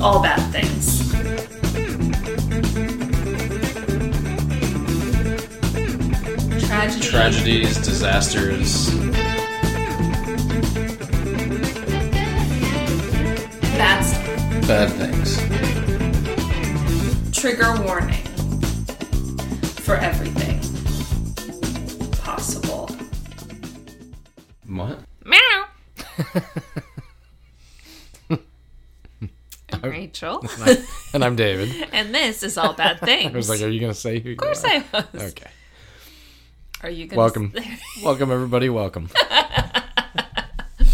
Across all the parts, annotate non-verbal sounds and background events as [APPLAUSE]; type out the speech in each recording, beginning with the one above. all bad things. Tragedy. Tragedies, disasters, That's bad things. trigger warning for everything possible. What? [LAUGHS] Meow. I'm Rachel, And I'm- and I'm David. [LAUGHS] and this is all bad things. [LAUGHS] I was like, "Are you gonna say who?" of course I was. Okay. Are you gonna Welcome, [LAUGHS] welcome everybody. Welcome. [LAUGHS]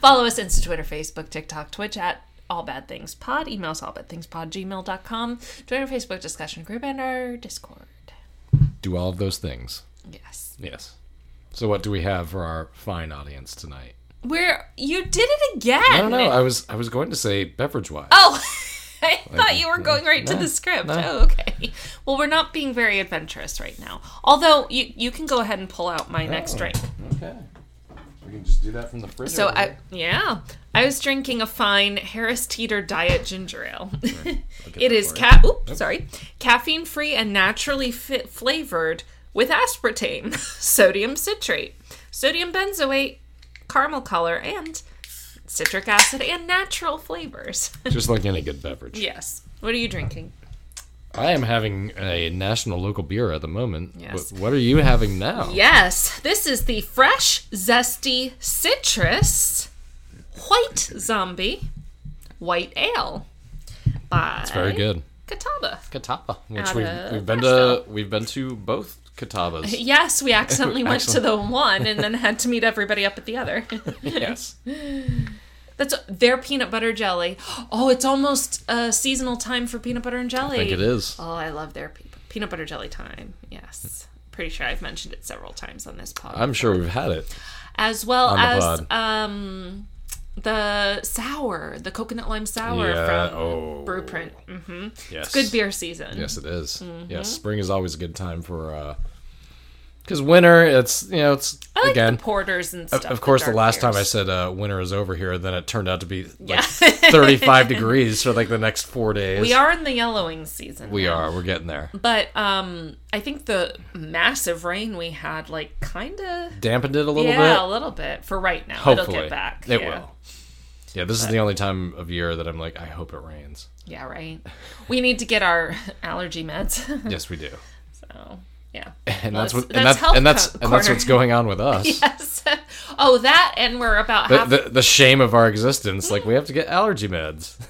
Follow us Insta, Twitter, Facebook, TikTok, Twitch at All Bad Things Pod. Email us allbadthingspod gmail.com. Join our Facebook discussion group and our Discord. Do all of those things. Yes. Yes. So what do we have for our fine audience tonight? Where you did it again. I don't know. I was I was going to say beverage wise. Oh, [LAUGHS] I thought you were going right to no, the script. no. Oh, okay. Well, we're not being very adventurous right now. Although you you can go ahead and pull out my next Oh. drink. Okay. We can just do that from the fridge. So I yeah, I was drinking a fine Harris Teeter Diet Ginger Ale. [LAUGHS] it is ca- oop, sorry, caffeine free and naturally fit flavored with aspartame, [LAUGHS] sodium citrate, sodium benzoate, caramel color, and citric acid and natural flavors. [LAUGHS] just like any good beverage. yes. What are you drinking? I am having a national local beer at the moment. Yes. Wh- What, are you having now? Yes, this is the fresh, zesty citrus white zombie white ale by Very good. Catawba. Catawpa, which Out we've, of we've been to Nashville. we've been to both Catawbas. Yes, we [LAUGHS] accidentally went to the one and then had to meet everybody up at the other. [LAUGHS] yes. That's their peanut butter jelly. Oh, it's almost uh, seasonal time for peanut butter and jelly. I think it is. Oh, I love their pe- peanut butter jelly time. Yes. Pretty sure I've mentioned it several times on this podcast. I'm sure we've had it. as well On the as um the sour, the coconut lime sour Yeah, from oh. Brewprint. Mm-hmm. Yes. Mm-hmm. It's good beer season. Yes, it is. Yes, spring is always a good time for uh because winter, it's you know, it's I like again. the porters and of- stuff. of course, the dark last time I beers. said uh, winter is over here, then it turned out to be like yeah. [LAUGHS] 35 degrees for like the next four days. we are in the yellowing season. We now. are. We're getting there. But um, I think the massive rain we had, like, kind of. Dampened it a little Yeah, a bit. little bit for right now. Hopefully, It'll get back. It yeah. will. Yeah, this is the only time of year that I'm like, I hope it rains. Yeah, right. We need to get our [LAUGHS] allergy meds. [LAUGHS] Yes, we do. so, yeah. [LAUGHS] And Well, that's it's- what and that's that's health and that's co- and that's corner. what's going on [LAUGHS] with us. Yes. Oh, that, and we're about The, half. the the shame of our existence. Like we have to get allergy meds. [LAUGHS]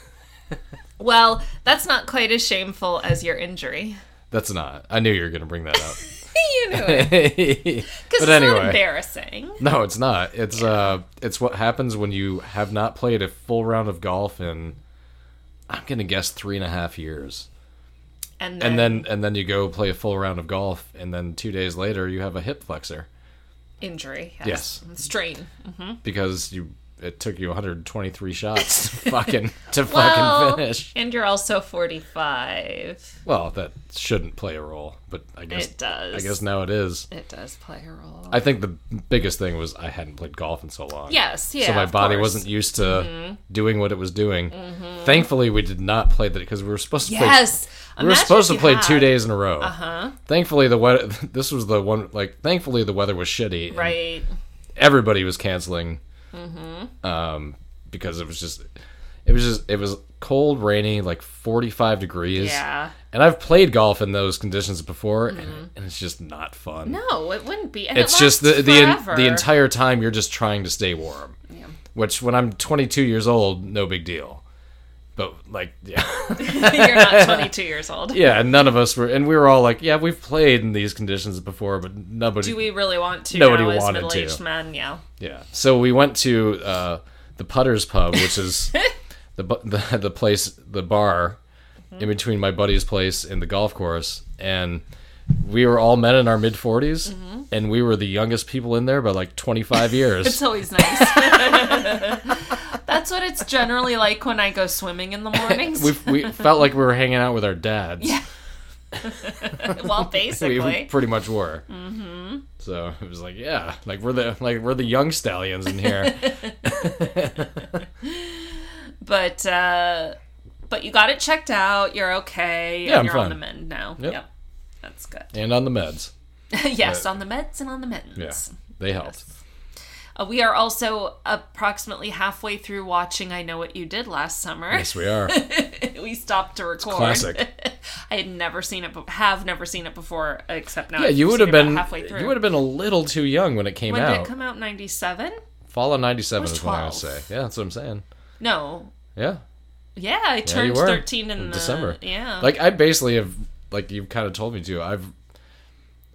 Well, that's not quite as shameful as your injury. [LAUGHS] That's not. I knew you were going to bring that up. [LAUGHS] you knew it. but anyway, Because it's not embarrassing. no, it's not. It's uh, it's what happens when you have not played a full round of golf in. I'm gonna guess three and a half years, And then, and then and then you go play a full round of golf, and then two days later you have a hip flexor injury. Yes. Strain. because you it took you 123 shots [LAUGHS] to fucking to Well, fucking finish. and you're also 45. Well, that shouldn't play a role, but I guess It does. I guess now it is. It does play a role. I think the biggest thing was I hadn't played golf in so long. yes, yeah. so my of course. body Mm-hmm. wasn't used to doing what it was doing. Thankfully, we did not play that because we were supposed to Yes. play. We were supposed to play two days. days in a row. Uh Uh-huh. huh. Thankfully, the weather. [LAUGHS] This was the one. Like, thankfully, the weather was shitty. and Right. Everybody was canceling. Mm-hmm. Um, because it was just, it was just, it was cold, rainy, like forty-five degrees. Yeah. Mm-hmm. And I've played golf in those conditions before, and, and it's just not fun No, it wouldn't be. And it's it just the lasts the, forever. the entire time you're just trying to stay warm. Which when I'm 22 years old, no big deal. But like [LAUGHS] yeah. [LAUGHS] You're not 22 years old. [LAUGHS] yeah, and none of us were and we were all like, yeah, we've played in these conditions before, but nobody Do we really want to? Nobody now as wanted to. middle-aged men, yeah. Yeah. So we went to uh, the Putters Pub, which [LAUGHS] is the, bu- the the place, the bar Mm-hmm. in between my buddy's place and the golf course, and we were all men in our mid 40s, and we were the youngest people in there by like 25 Mm-hmm. [LAUGHS] It's years. always nice. That's what it's generally like when I go swimming [LAUGHS] in the [LAUGHS] mornings. we we felt like we were hanging out with our dads. Yeah, [LAUGHS] well, we, we basically. pretty much were. Mm-hmm. So it was like, yeah, like we're the like we're the [LAUGHS] young stallions in here. But uh, but you got it checked out. You're okay. Yeah, and I'm you're on fine. the mend now. Yep. That's good. [LAUGHS] and on the meds. yes, on the meds and on the mends. Yeah, they helped. Uh, we are also approximately halfway through watching I Know What You Did Last Summer. Yes, we are. [LAUGHS] we stopped to record. classic. [LAUGHS] I had never seen it, be- have never seen it before, except now. Yeah, I've you would seen have it about been halfway through. you would have been a little too young when it came When did out. it come out? Ninety seven? Fall of '97 was is what I would 12. say. Yeah, that's what I'm saying. No. Yeah, Yeah, I yeah, you turned were. thirteen in, the- December. Yeah. like I basically have like you've kind of told me to. I've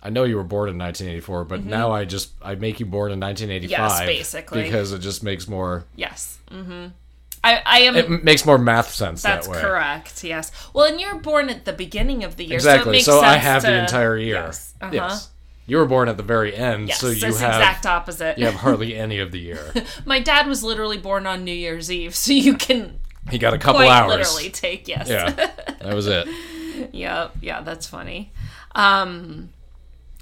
I know you were born in 1984, but now I just I make you born in 1985. Yes, Mm-hmm. basically. because it just makes more yes. Mm-hmm. I, I am. it m- makes more math sense that's that way. correct. Yes. Well, and you're born at the beginning of the year, so it Exactly. makes So, sense I have the to- entire year. Yes. Uh-huh. Yes. You were born at the very end, Yes, so you have it's exact opposite. you have hardly any of [LAUGHS] the year. My dad was literally born on New Year's Eve, [LAUGHS] so you can He got a couple quite hours. literally take yes. [LAUGHS] Yeah, that was it. yeah, yeah, that's funny. Um,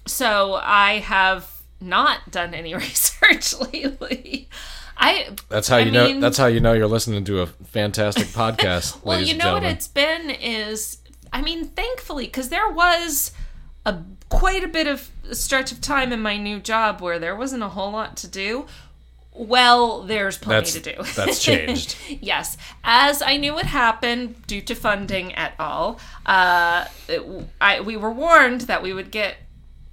so I have not done any [LAUGHS] research lately. I That's how you mean- know. That's how you know you're listening to a [LAUGHS] fantastic podcast, well, ladies you and know what gentlemen. it's been is I mean, thankfully, because there was a quite a bit of stretch of time in my new job where there wasn't a whole lot to do. Well, there's plenty that's to do. [LAUGHS] that's changed. [LAUGHS] Yes, as I knew would happen due to funding at all, uh, it- I, we were warned that we would get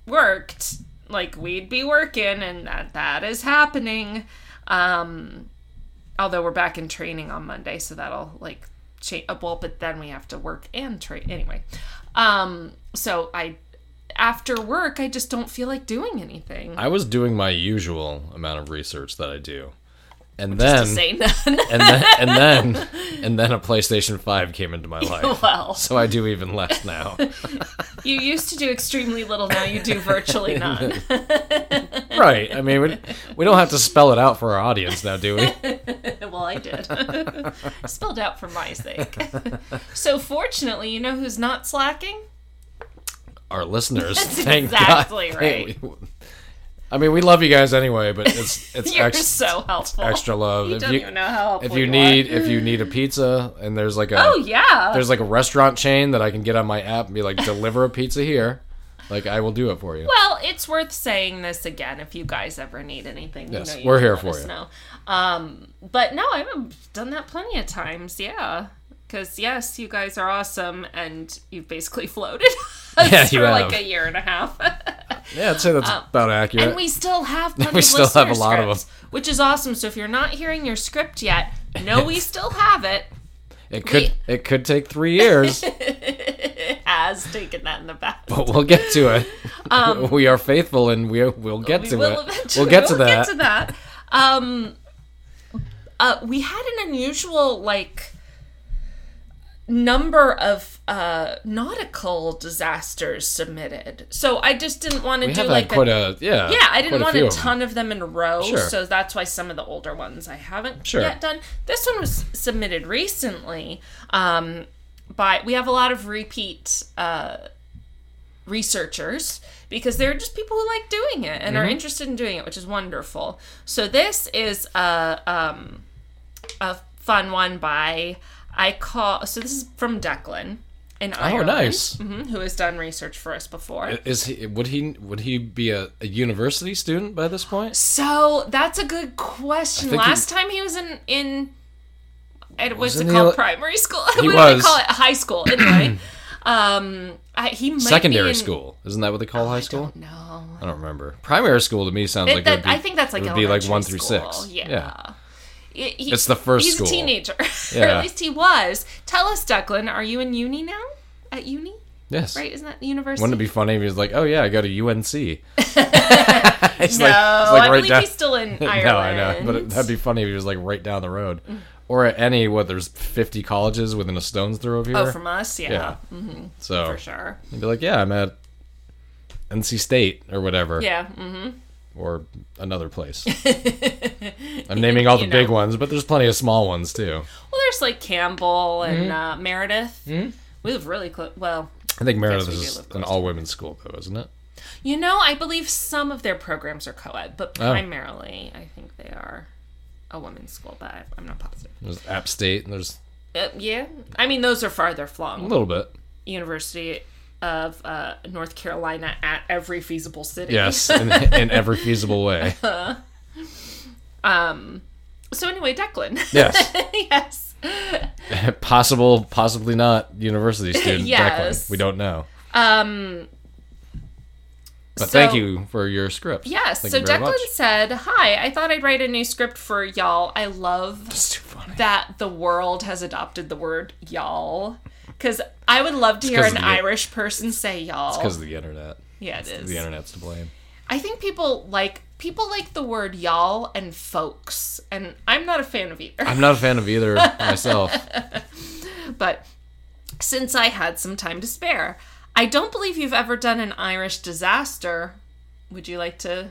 worked, like we'd be working, and that that is happening. Um, although we're back in training on Monday, so that'll like change. Well, but then we have to work and train anyway. Um, so I, after work, I just don't feel like doing anything. I was doing my usual amount of research that I do, and to then say [LAUGHS] none. and then and then [LAUGHS] and then a PlayStation Five came into my life. well. So I do even [LAUGHS] less now. You used to do extremely little, now you do virtually none. [LAUGHS] right. I mean, we, we don't have to spell it out for our audience now, do we? well, I did. [LAUGHS] Spilled out for my sake. so, fortunately, you know who's not slacking? Our [LAUGHS] listeners. That's thank exactly God. right. Thank- I mean, we love you guys anyway, but [LAUGHS] it's it's You're ex- so helpful. extra love. You if don't you even know how helpful if you are. need if you need a pizza and there's like a Oh, yeah. there's like a restaurant chain that I can get on my app and be like deliver a pizza here, like I will do it for you. Well, it's worth saying this again if you guys ever need anything. Yes, you know you we're can here let for us you. Know. Um, but no, I've done that plenty of times. Yeah, because yes, you guys are awesome, and you've basically floated [LAUGHS] us Yeah, for you like have. a year and a half. [LAUGHS] Yeah, I'd say that's about accurate. um, And we still have plenty [LAUGHS] we of still listener have a lot of scripts, which is awesome. So if you're not hearing your script yet, no, [LAUGHS] we still have it. it could it could take three [LAUGHS] years, It has taken that in the back. but we'll get to it. [LAUGHS] we are faithful, and we we'll get to it. Um, eventually- we'll get to that. Get to that. Um, uh, we had an unusual like number of uh, nautical disasters submitted, so I just didn't want to we do have uh, like had quite a, a yeah. yeah, I didn't quite want few a of them. ton of them in a row, Sure. so that's why some of the older ones I haven't Sure. yet done. This one was submitted recently. Um, by we have a lot of repeat uh, researchers because they're just people who like doing it and are Mm-hmm. interested in doing it, which is wonderful. So this is a um, a fun one by I call. So this is from Declan in Ireland, Oh, nice. Uh, mhm, who has done research for us before. Is he would he would he be a, a university student by this point? So that's a good question. think he- Last time he was in in it was Wasn't it he called a- primary school. [LAUGHS] what He do they was. call it? High school. Anyway, [CLEARS THROAT] um, I, he might be Oh, Secondary in- school, isn't that what they call high school? No, I don't remember. Primary school to me sounds It- like it that- would be, I think that's like it would be like elementary one through school. six. Yeah. He- he- It's the first He's school. a teenager, [LAUGHS] or Yeah. at least he was. Tell us, Declan, are you in uni now? At uni, Yes. right? Isn't that university? Wouldn't it be funny if he was like, "Oh yeah, I go to UNC"? it's no, [LAUGHS] like, it's no, like I right believe down- he's still in Ireland. [LAUGHS] [LAUGHS] Mm. no, I know, but it, that'd be funny if he was like right down the road, or at any what? There's 50 colleges within a stone's throw of here. oh, from us, yeah, yeah, so for sure, he'd be like, "Yeah, I'm at NC State or whatever, yeah. mhm. or another [LAUGHS] place." I'm naming all the You big know. ones, but there's plenty of small ones too. Well, there's like Campbell and Mm-hmm. uh, Meredith. We live really close. Well, I think Meredith we do is live an all women's school though, isn't it? you know, I believe some of their programs are co-ed, but Oh. primarily, I think they are a women's school. But I- I'm not positive. There's App State, and there's Uh, yeah. I mean, those are farther flung. A little bit. University of uh, North Carolina at every feasible city. [LAUGHS] Yes, in, in every feasible way. [LAUGHS] So anyway, Declan. [LAUGHS] Yes. [LAUGHS] yes. Possible, possibly not [LAUGHS] university student. Yes. Declan. We don't know. Um, But so- thank you for your script. Yes. Thank so you very Declan much. said, "Hi, I thought I'd write a new script for y'all. I love It's too funny. that the world has adopted the word y'all because I would love to hear 'cause an of the- Irish person say y'all. Because of the internet. yeah, it is. The internet's to blame. I think people like people like the word y'all and folks, and I'm not a fan of either. I'm not a fan [LAUGHS] of either myself. but since I had some time to spare, I don't believe you've ever done an Irish disaster. Would you like to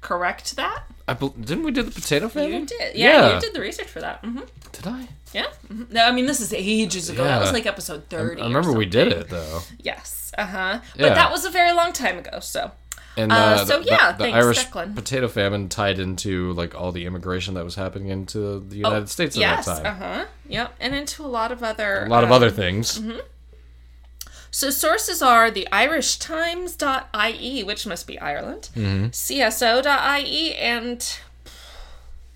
correct that? I bel didn't we do the potato famine? You did. Yeah, Mm-hmm. Yeah. you did the research for that. hmm Did I? Yeah. Mhm. No, I mean this is ages ago. That was Yeah. like episode thirty. I or remember we did something. it though. Yes. Uh huh. But Yeah. that was a very long time ago. So And Uh, the- so the, yeah, the thanks, Irish Declan. potato famine tied into like all the immigration that was happening into the United States at yes. that Uh time. huh. Yep. And into a lot of other A lot of um, other things. So sources are the irishtimes.ie, which must be Ireland, Mm-hmm. cso.ie, E, and E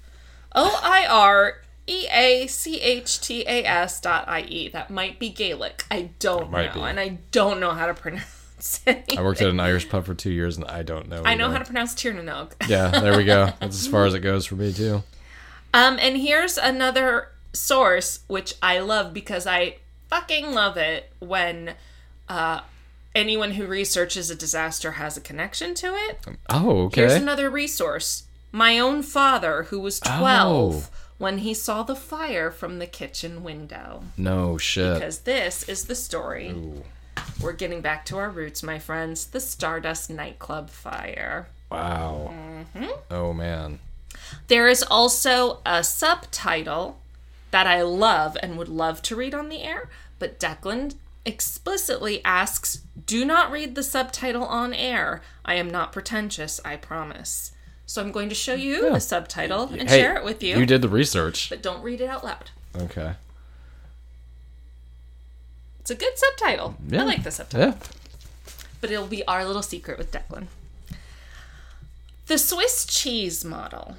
O-I-R-E-A-C-H-T-A-S dot IE. That might be Gaelic. I don't might know. be. And I don't know how to [LAUGHS] pronounce it. I worked at an Irish pub for two years, and I don't know. I know either. how to pronounce Tiernanog. Yeah, there we go. That's as far as it goes for me [LAUGHS] too. Um, and here's another source which I love because I fucking love it when uh, anyone who researches a disaster has a connection to it. Oh, okay. Here's another resource. My own father, who was 12 when he saw the fire from the kitchen window. no shit. Because this is the story. We're getting back to our roots, my friends. The Stardust nightclub fire. wow. Mm-hmm. Oh man. There is also a subtitle that I love and would love to read on the air, but Declan explicitly asks Do not read the subtitle on air. I am not pretentious, I promise. So I'm going to show you the subtitle and Hey, share it with you, You did the research. but don't read it out loud. Okay. It's a good subtitle. Yeah. I like the subtitle. Yeah. but it'll be our little secret with Declan. The Swiss cheese model.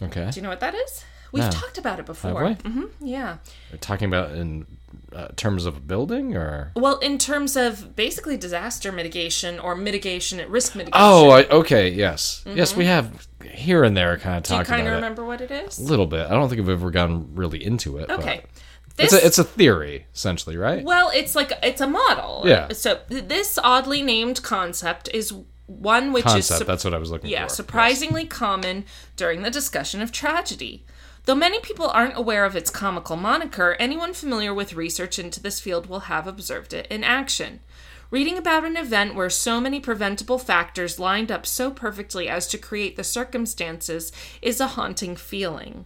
Okay. Do you know what that is? We've No. talked about it before. Have we? hmm yeah. We're talking about in uh, terms of a building or? Well, in terms of basically disaster mitigation or mitigation at risk mitigation, Oh, I, okay. Yes. Yes, we have here and there kind of Mm-hmm. do you talked kind of about remember what it it a is? little bit. I don't think we've ever gotten really into it. but Okay. It's This, a, it's a theory essentially, right? well, it's like it's a model. Yeah. So th- this oddly named concept is one which is Concept. sup- that's what I was looking for. yeah, surprisingly common during the discussion of tragedy. Though many people aren't aware of its comical moniker, anyone familiar with research into this field will have observed it in action. Reading about an event where so many preventable factors lined up so perfectly as to create the circumstances is a haunting feeling.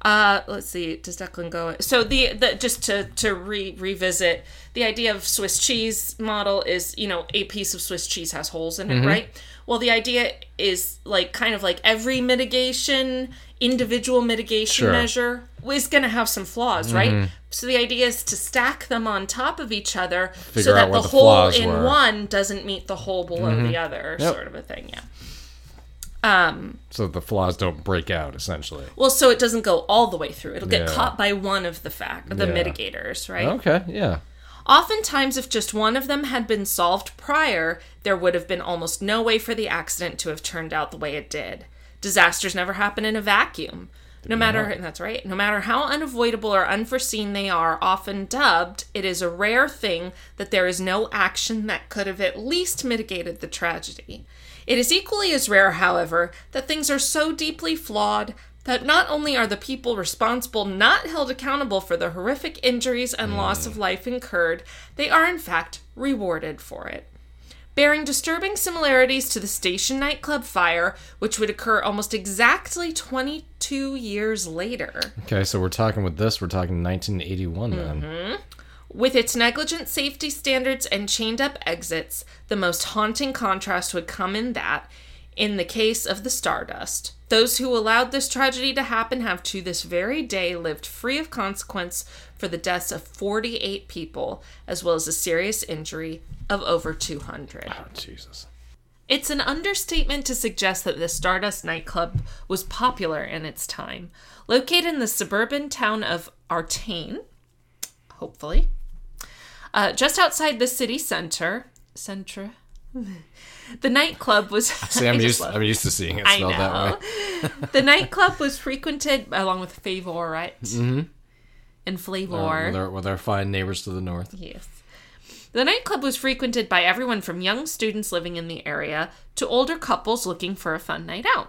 Uh, let's see. Does Declan go? So the, the just to to re- revisit the idea of Swiss cheese model is you know a piece of Swiss cheese has holes in it, Mm-hmm. right? Well, the idea is like kind of like every mitigation, individual mitigation Sure. Mm-hmm. measure is going to have some flaws, right? So the idea is to stack them on top of each other so Figure that out what the, the hole flaws in were. Mm-hmm. one doesn't meet the hole below the other, sort of a thing. Yeah. So the flaws don't break out essentially. Well, so it doesn't go all the way through. It'll get Yeah. caught by one of the fact the Yeah. mitigators, right? Okay. Yeah. Oftentimes, if just one of them had been solved prior, there would have been almost no way for the accident to have turned out the way it did. Disasters never happen in a vacuum. No matter and [LAUGHS] that's right. No matter how unavoidable or unforeseen they are, often dubbed, it is a rare thing that there is no action that could have at least mitigated the tragedy. It is equally as rare, however, that things are so deeply flawed that not only are the people responsible not held accountable for the horrific injuries and loss of life incurred, they are in fact rewarded for it. Bearing disturbing similarities to the station nightclub fire, which would occur almost exactly 22 years later. Okay. So we're talking with this. We're talking 1981 then. Mm-hmm. With its negligent safety standards and chained up exits, the most haunting contrast would come in that, in the case of the Stardust. Those who allowed this tragedy to happen have to this very day lived free of consequence for the deaths of 48 people, as well as a serious injury of over 200. Oh, [LAUGHS] Jesus. It's an understatement to suggest that the Stardust nightclub was popular in its time. Located in the suburban town of Artane, hopefully, uh, just outside the city center, center, [LAUGHS] the nightclub was. [LAUGHS] [LAUGHS] See, I I'm just used. love- I'm used to seeing it I spelled that know. [LAUGHS] way. the nightclub was frequented along with Favorite Mm-hmm. and Flavor. With our, with our fine neighbors to the north. Yes. The nightclub was frequented by everyone from young students living in the area to older couples looking for a fun night out.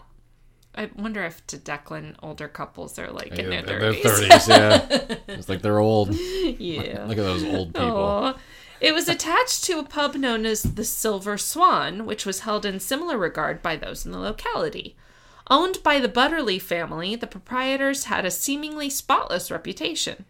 I wonder if to Declan, older couples are like in Yeah, their they're 30s. 30s. Yeah, it's like they're old. [LAUGHS] Yeah. Look at those old people. Aw. It was attached to a pub known as the Silver Swan, which was held in similar regard by those in the locality. Owned by the Butterley family, the proprietors had a seemingly spotless reputation.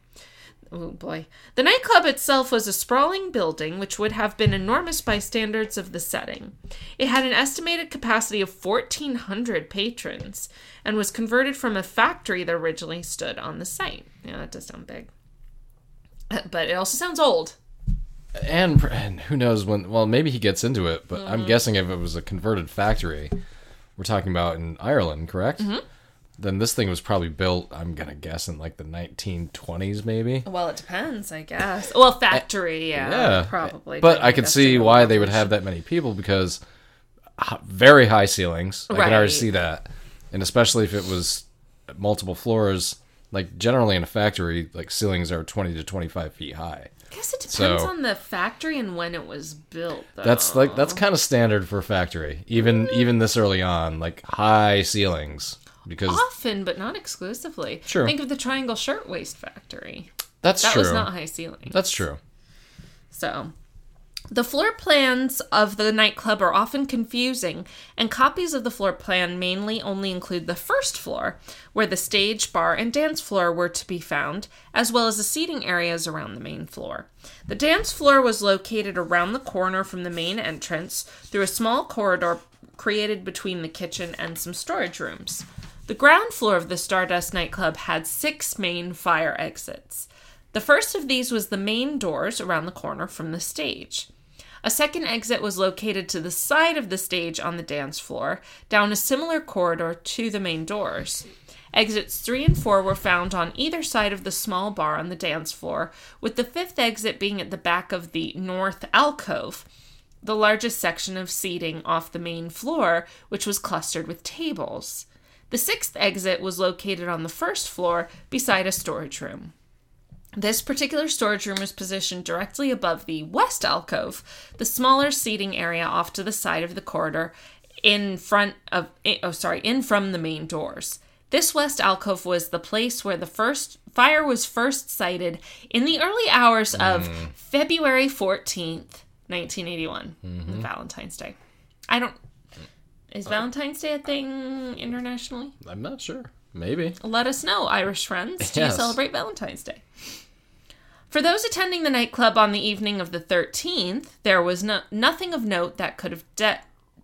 Oh boy. The nightclub itself was a sprawling building which would have been enormous by standards of the setting. It had an estimated capacity of 1,400 patrons and was converted from a factory that originally stood on the site. Yeah, that does sound big. But it also sounds old. And, and who knows when? Well, maybe he gets into it, but Mm-hmm. I'm guessing if it was a converted factory, we're talking about in Ireland, correct? Mm-hmm. Then this thing was probably built. I'm gonna guess in like the 1920s, maybe. Well, it depends, I guess. Well, factory, yeah, Eh, Yeah, Eh, probably. But I could see why they would have that many people because h- very high ceilings. I can already Right. see that, and especially if it was multiple floors. Like generally in a factory, like ceilings are 20 to 25 feet high. I guess it depends So- on the factory and when it was built. Though. That's like that's kind of standard for a factory, even even this early on, like high ceilings because often, but not exclusively. Sure. Think of the Triangle Shirtwaist Factory. that's That true. was not high ceiling. That's true. So, the floor plans of the nightclub are often confusing, and copies of the floor plan mainly only include the first floor, where the stage, bar, and dance floor were to be found, as well as the seating areas around the main floor. The dance floor was located around the corner from the main entrance through a small corridor created between the kitchen and some storage rooms. The ground floor of the Stardust nightclub had six main fire exits. The first of these was the main doors around the corner from the stage. A second exit was located to the side of the stage on the dance floor, down a similar corridor to the main doors. Exits 3 and 4 were found on either side of the small bar on the dance floor, with the fifth exit being at the back of the north alcove, the largest section of seating off the main floor, which was clustered with tables. The sixth exit was located on the first floor beside a storage room. This particular storage room was positioned directly above the west alcove, the smaller seating area off to the side of the corridor in front of eh, oh sorry, in from the main doors. This west alcove was the place where the first fire was first sighted in the early hours of February 14th, 1981, Valentine's Day. I don't is Valentine's Day a thing internationally? I'm not sure. Maybe. Let us know, Irish friends. Do you Yes. celebrate Valentine's Day? For those attending the nightclub on the evening of the 13th, there was no- nothing of note that could have de-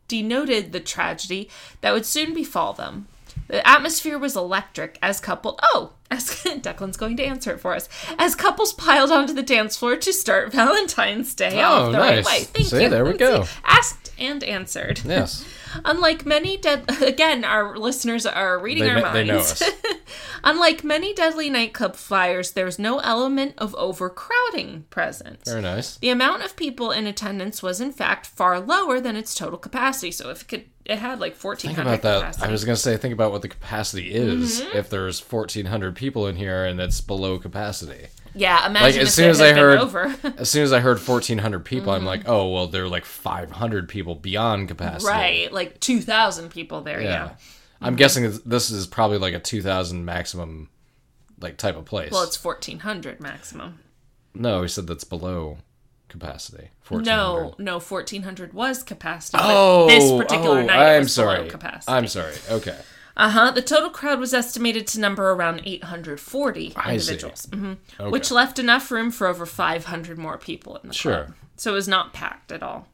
denoted the tragedy that would soon befall them. The atmosphere was electric as couple. Oh, as [LAUGHS] Declan's going to answer it for us. As couples piled onto the dance floor to start [LAUGHS] Valentine's Day off the Oh, right nice. way. Thank See, you. there we Lindsay. go. Asked and answered. Yes. Unlike many dead, [LAUGHS] again, our listeners are reading They our kn- they minds. know us. Unlike many deadly nightclub fires, there's no element of overcrowding present. [LAUGHS] Very nice. The amount of people in attendance was, in fact, far lower than its total capacity. So if it could, it had like fourteen Think hundred about that. capacity. Mm-hmm. I was gonna say, think about what the capacity is if there's 1,400 people in here and it's below capacity. yeah, imagine Like if as soon it as had I been heard, [LAUGHS] over. [LAUGHS] Mm-hmm. as soon as I heard 1,400 people, I'm like, oh well, there are like 500 people beyond capacity. right, like two thousand people there. Yeah. Yeah. Mm-hmm. I'm guessing this- this is probably like a 2,000 maximum, like type of place. Well, it's fourteen hundred maximum. no, he said that's below capacity. 1,400. No, no, fourteen hundred was capacity. but Oh, this particular oh, night I'm was below sorry. capacity. I'm sorry. Okay. Uh huh. The total crowd was estimated to number around 840 I see. individuals, hmm Okay. which left enough room for over 500 more people in the Sure. club. So it was not packed at all.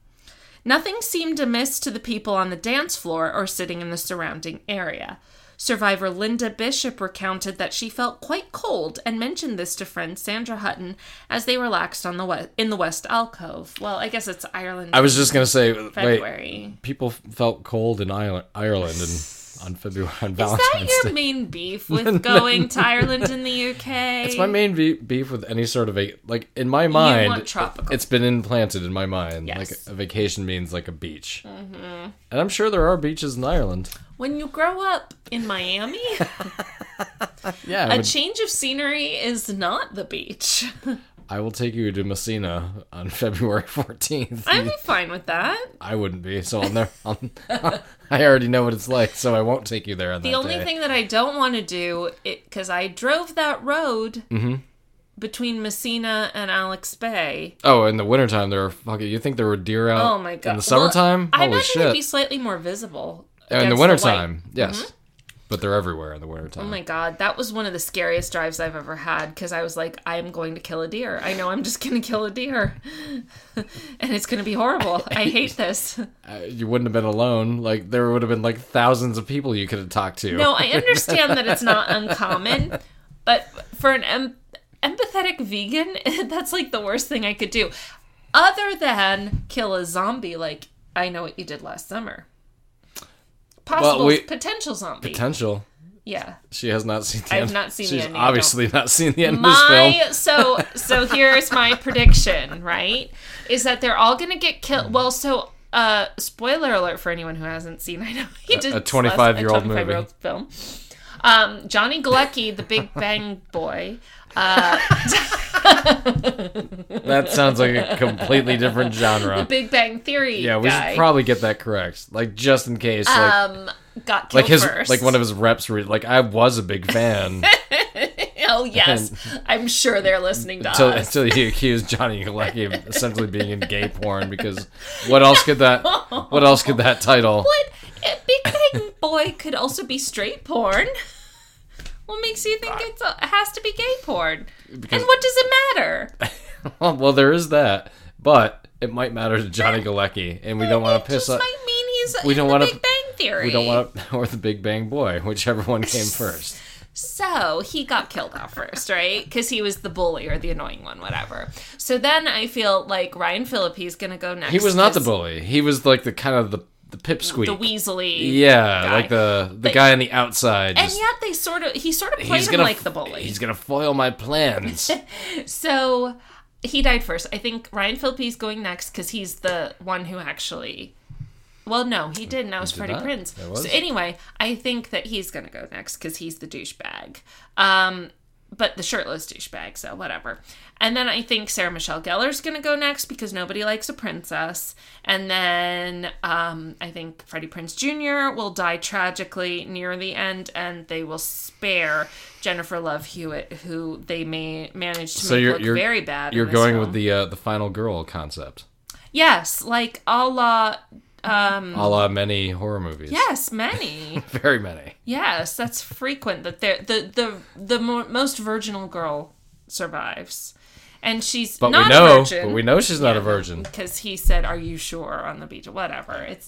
Nothing seemed amiss to the people on the dance floor or sitting in the surrounding area. Survivor Linda Bishop recounted that she felt quite cold and mentioned this to friend Sandra Hutton as they relaxed on the we- in the West Alcove. Well, I guess it's Ireland. I was just gonna say, wait, February. people f- felt cold in Ireland, Ireland and on February on Is Valentine's that your Day. main [LAUGHS] beef with going to Ireland in the UK? It's my main be- beef with any sort of vac like in my want mind. tropical. It's been implanted in my mind. Yes. Like a vacation means like a beach, mm-hmm. and I'm sure there are beaches in Ireland. When you grow up in Miami, [LAUGHS] Yeah, I, a would- change of scenery is not the [LAUGHS] beach. [LAUGHS] I will take you to Messina on [LAUGHS] February 14th. I'd be fine with that. I wouldn't be, so I'll never. I'll, [LAUGHS] I already know what it's like, so I won't take you there on The that only day. thing that I don't want to do, because I drove that road Mm-hmm. between Messina and Alex Bay. Oh, in the wintertime, there are fucking. You think there were deer out? Oh my god! In the summertime, well, I holy imagine shit! it'd be slightly more visible. in the against wintertime, white. Mm-hmm. yes, but they're everywhere in the wintertime. Oh my god, that was one of the scariest drives I've ever had because I was like, I am going to kill a deer. I know I'm just going to kill a deer, [LAUGHS] and it's going to be horrible. [LAUGHS] I hate this. Uh, you wouldn't have been alone. Like there would have been like thousands of people you could have talked to. No, I understand that it's not uncommon, but for an em- empathetic vegan, [LAUGHS] that's like the worst thing I could do, other than kill a zombie. Like I know what you did last summer. Possible we- potential zombie. potential. yeah. She has not seen. The I have end. not seen the She's ending, I don't- obviously not seen the end of this film. my so so here's my prediction right is that they're all gonna get Hmm. killed well so uh spoiler alert for anyone who hasn't seen [LAUGHS] i know he did a 25-year-old movie. year old film um johnny glucky the [LAUGHS] big bang boy uh, That sounds like a [LAUGHS] completely different genre. big bang theory Yeah, we guy, should probably get that correct. Like just in case, like um got killed like his first. like one of his reps. Re- like I was a big fan [LAUGHS] [LAUGHS] oh yes i'm sure they're listening to until us until he accused Johnny Galecki of essentially being in gay porn because what else [LAUGHS] could that what else could that title? But a Big Bang Boy could also be straight porn. What makes you think it's a, it has to be gay porn? and what does it matter? [LAUGHS] well, there is that, but it might matter to [LAUGHS] Johnny Galecki, and we don't want to piss This up. might mean he's we in don't the wanna- Big Bang Theory. We don't want to, [LAUGHS] or the Big Bang Boy, whichever [LAUGHS] one came first. So he got killed off first, right? Because he was the bully or the annoying one, whatever. So then I feel like Ryan Phillippe's gonna go next. He was not the 'cause bully. He was like the kind of the the pipsqueak. the weaselly. yeah, guy. like the the guy on the outside. And just- yet they sort of he sort of played him like the bully. He's gonna foil [LAUGHS] my plans. So he died first. I think Ryan Phillippe's going next because he's the one who actually. Well, no, he didn't. That was Freddie not? Prinze. That was? So anyway, I think that he's gonna go next because he's the douchebag. Um, but the shirtless douchebag. So whatever. And then I think Sarah Michelle Gellar's gonna go next because nobody likes a princess. And then um, I think Freddie Prince Jr. will die tragically near the end, and they will spare Jennifer Love Hewitt, who they may manage to So make you're- look you're- very bad. in You're this going film. with the uh, the final girl concept, yes, like a la Mm. a la many horror movies. yes, many [LAUGHS] [LAUGHS] very many. yes. That's frequent that they're, the the the mo- most virginal girl survives, and she's But not we know, a virgin. but we know she's not a virgin. because he said, "Are you sure?" on the beach, whatever. [LAUGHS] It's.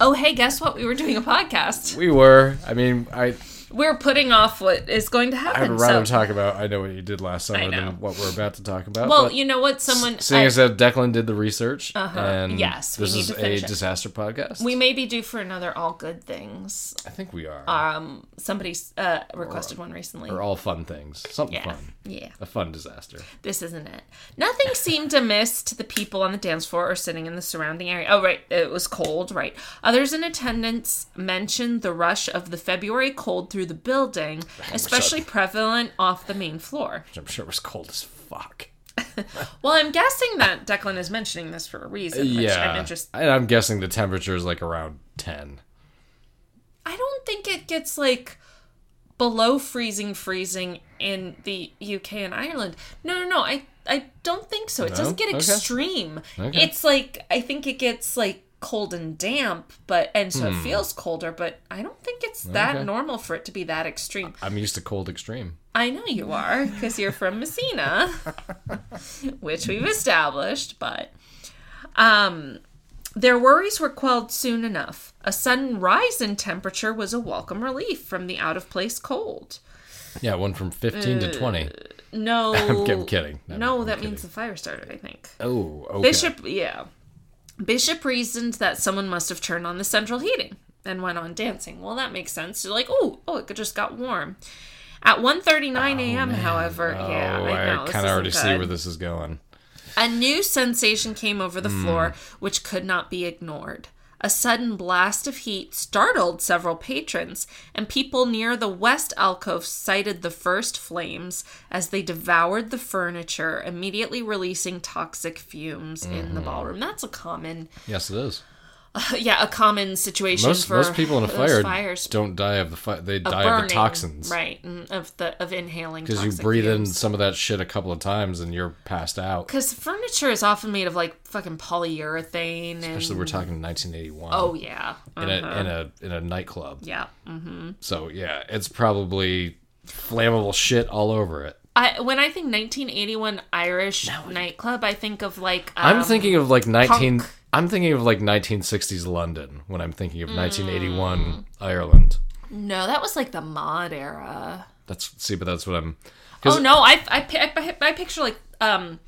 oh, hey, guess what? We were doing a podcast. We were. I mean, I We're putting off what is going to I'd happen. rather so- talk about. I know what you did last summer know. than what we're about to talk about. well, but you know what? Someone seeing I- Uh-huh. as that Declan did the research, and Yes, we this need is to a finish it. disaster podcast. we may be due for another all good things. I think we are. Um, somebody uh, requested one recently. We're all fun things. Something yeah. fun. Yeah. A fun disaster. this isn't it. Nothing seemed amiss to the people on the dance floor or sitting in the surrounding area. Oh, right, it was cold, right. Others in attendance mentioned the rush of the February cold through the building, especially prevalent off the main floor. Which I'm sure was cold as fuck. Well, I'm guessing that Declan is mentioning this for a reason, which yeah. I'm interested. And I'm guessing the temperature is like around ten. I don't think it gets like below freezing freezing in the UK and Ireland. No, no, no. I I don't think so. It doesn't get Okay. extreme. Okay. It's like I think it gets like cold and damp, but and so it feels colder, but I don't think it's that Hmm. Okay. normal for it to be that extreme. I'm used to cold extreme. I know you are, because you're from Messina, [LAUGHS] which we've established, but um, their worries were quelled soon enough. A sudden rise in temperature was a welcome relief from the out of place cold. Yeah, one from 15 to 20. Uh, No, [LAUGHS] I'm, I'm kidding. I'm- No, I'm that kidding. means the fire started, I think. Oh, okay. Bishop, yeah. Bishop reasoned that someone must have turned on the central heating and went on dancing. Well, that makes sense. You're like, oh, oh, it just got warm. At 1.39 a.m., however, Oh, yeah, I know. I this isn't kind of already see good. where this is going. A new sensation came over the floor, which could not be ignored. A sudden blast of heat startled several patrons, and people near the west alcove sighted the first flames as they devoured the furniture, immediately releasing toxic fumes in the Mm-hmm. ballroom. That's a common, [LAUGHS] Yes, it is. yeah, a common situation Most for most people in a those fire fires. don't die of the fire. They of die of burning, the toxins. right? mm, Of the of inhaling Because because you breathe in some of that shit a couple of times and you're passed out. Because furniture is often made of like fucking polyurethane, Especially and we're talking 1981. oh yeah, in a Uh-huh. in a in a nightclub. yeah. So yeah, it's probably flammable shit all over it. I when I think 1981 Irish nightclub, I think of like um, I'm thinking of like 19 punk. I'm thinking of like 1960s London when I'm thinking of Mm. 1981 Ireland. no, that was like the mod era. That's see but that's what I'm Oh 'Cause- no, I I, pi- I, I picture like um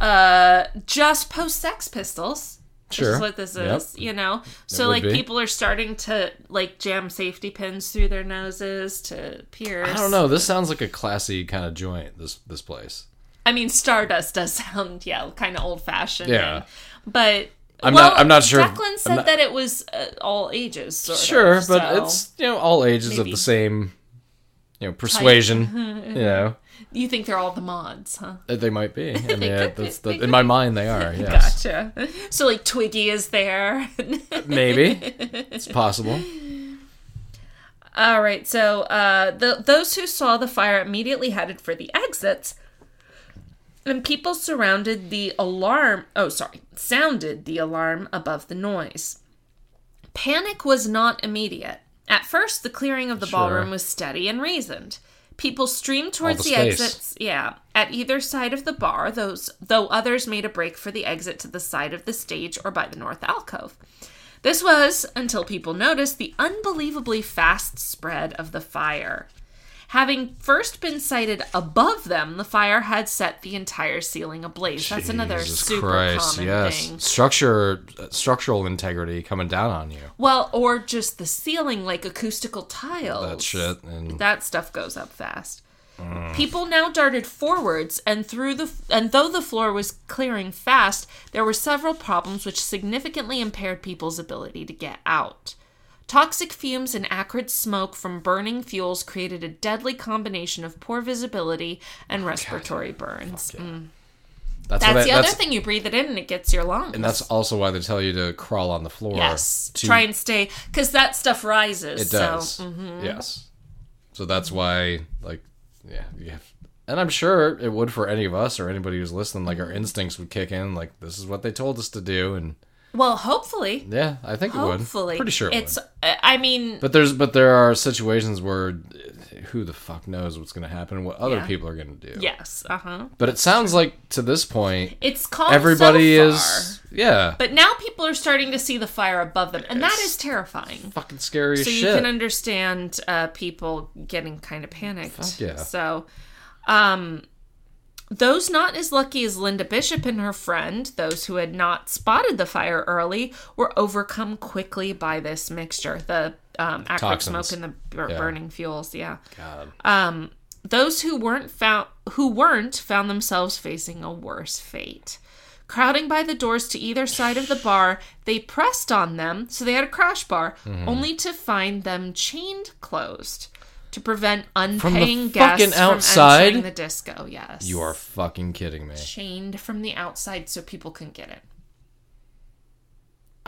uh just post Sex Pistols. Which sure. is what this Yep. is, you know. So would like be. people are starting to like jam safety pins through their noses to pierce. I don't know. This sounds like a classy kind of joint this this place. I mean, Stardust does sound [LAUGHS] yeah, kind of old fashioned. Yeah. but I'm well, not- I'm not sure if- Declan I'm said not- that it was uh, all ages. Sort Sure, of, but so. it's you know all ages of Maybe. the same you know persuasion, [LAUGHS] you know. You think they're all the mods, huh? that They [LAUGHS] might be. I mean, uh, could be. that's They the, could in my mind [LAUGHS] they are. Yes. Gotcha. So like Twiggy is there. [LAUGHS] Maybe. It's possible. All right. So uh, the, those who saw the fire immediately headed for the exits, and people surrounded the alarm. Oh, sorry, sounded the alarm above the noise. Panic was not immediate. At first, the clearing of the ballroom was steady and reasoned. People streamed towards the the, space. exits, yeah, at either side of the bar, those, though others made a break for the exit to the side of the stage or by the north alcove. This was, until people noticed, the unbelievably fast spread of the fire. Having first been sighted above them, the fire had set the entire ceiling ablaze. That's another super common thing. Structure, uh, structural integrity coming down on you. Well, or just the ceiling, like acoustical tiles. That shit and That stuff goes up fast. People now darted forwards, and through the and though the floor was clearing fast, there were several problems which significantly impaired people's ability to get out. Toxic fumes and acrid smoke from burning fuels created a deadly combination of poor visibility and respiratory burns. Mm. that's, That's what I- the that's, other thing. You breathe it in, and it gets your lungs. And that's also why they tell you to crawl on the floor. yes. to- Try and stay, because that stuff rises. it does. So. Yes. So that's why, like, yeah, you have. And I'm sure it would for any of us or anybody who's listening. Like our instincts would kick in. Like this is what they told us to do, and Well, hopefully. yeah, I think it Hopefully, would. Pretty sure it it's. would. I- I mean, But there's but there are situations where uh, who the fuck knows what's going to happen, what other Yeah. people are going to do. yes, uh huh. But it sounds like to this point, It's calm. everybody so far, is yeah but now people are starting to see the fire above them, and that is terrifying. fucking scary So shit. you can understand uh, people getting kind of panicked. yeah. So, um, those not as lucky as Linda Bishop and her friend, those who had not spotted the fire early, were overcome quickly by this mixture. The um, acrid Toxins. smoke and the bur- Yeah. burning fuels. Yeah. God. Those who weren't found who weren't found themselves facing a worse fate. Crowding by the doors to either side of the bar, they pressed on them, so they had a crash bar, Mm-hmm. only to find them chained closed to prevent unpaying guests fucking from outside? entering the disco. Yes, you are fucking kidding me. chained from the outside, so people couldn't get in.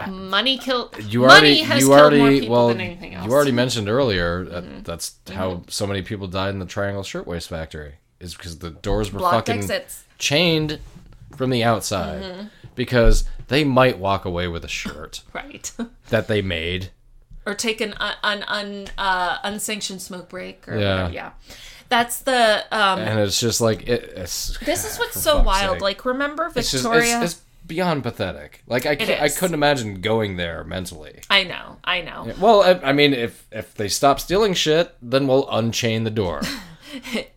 Money killed. You money already has you killed already more people well than anything else. Mm-hmm. you already mentioned earlier that that's how so many people died in the Triangle Shirtwaist Factory is because the doors were Blocked fucking exits. Mm-hmm. chained from the outside because they might walk away with a shirt right, [LAUGHS] that they made. or take an un, un, un uh, unsanctioned smoke break. Or Yeah. whatever. yeah. That's the um and it's just like it, it's. this is what's for so fuck's wild. sake. Like remember it's just Victoria? it's, it's beyond pathetic. Like I can't, I is. couldn't imagine going there mentally. I know. I know. Well, I, I mean, if if they stop stealing shit, then we'll unchain [LAUGHS] the door.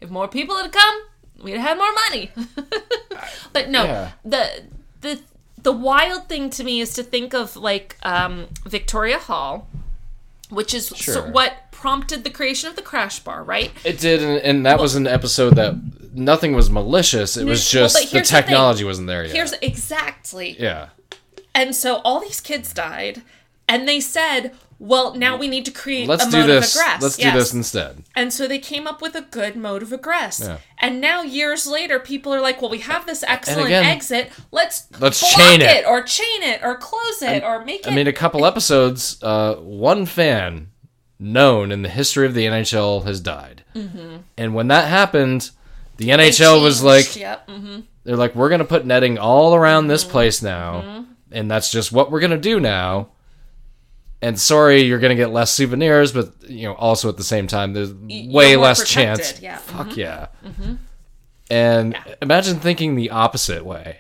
if more people had come, we'd have had more money. [LAUGHS] but no, yeah. the the the wild thing to me is to think of like um, Victoria Hall, which is so- Sure. what prompted the creation of the crash bar, right? It did, and, and that was an episode that nothing was malicious. It was well, just but the here's the thing. technology wasn't there yet. Here's exactly. yeah, And so all these kids died, and they said, "Well, now we need to create let's a do mode this. of aggress." Let's Yes. do this instead. And so they came up with a good mode of aggress. Yeah. And now years later, people are like, "Well, we have this excellent again- exit. Let's Let's block chain it." or chain it or close it or make it." I mean, a couple episodes. Uh, one fan known in the history of the NHL has died, mm-hmm. and when that happened, the They NHL changed. was Mm-hmm. like, [LAUGHS] "Yep, mhm. they're like, we're gonna put netting all around this place now, and that's just what we're gonna do now. And sorry, you're gonna get less souvenirs, but you know, also at the same time, there's way you're more less protected, chance. yeah. Mm-hmm. Fuck yeah. And imagine thinking the opposite way.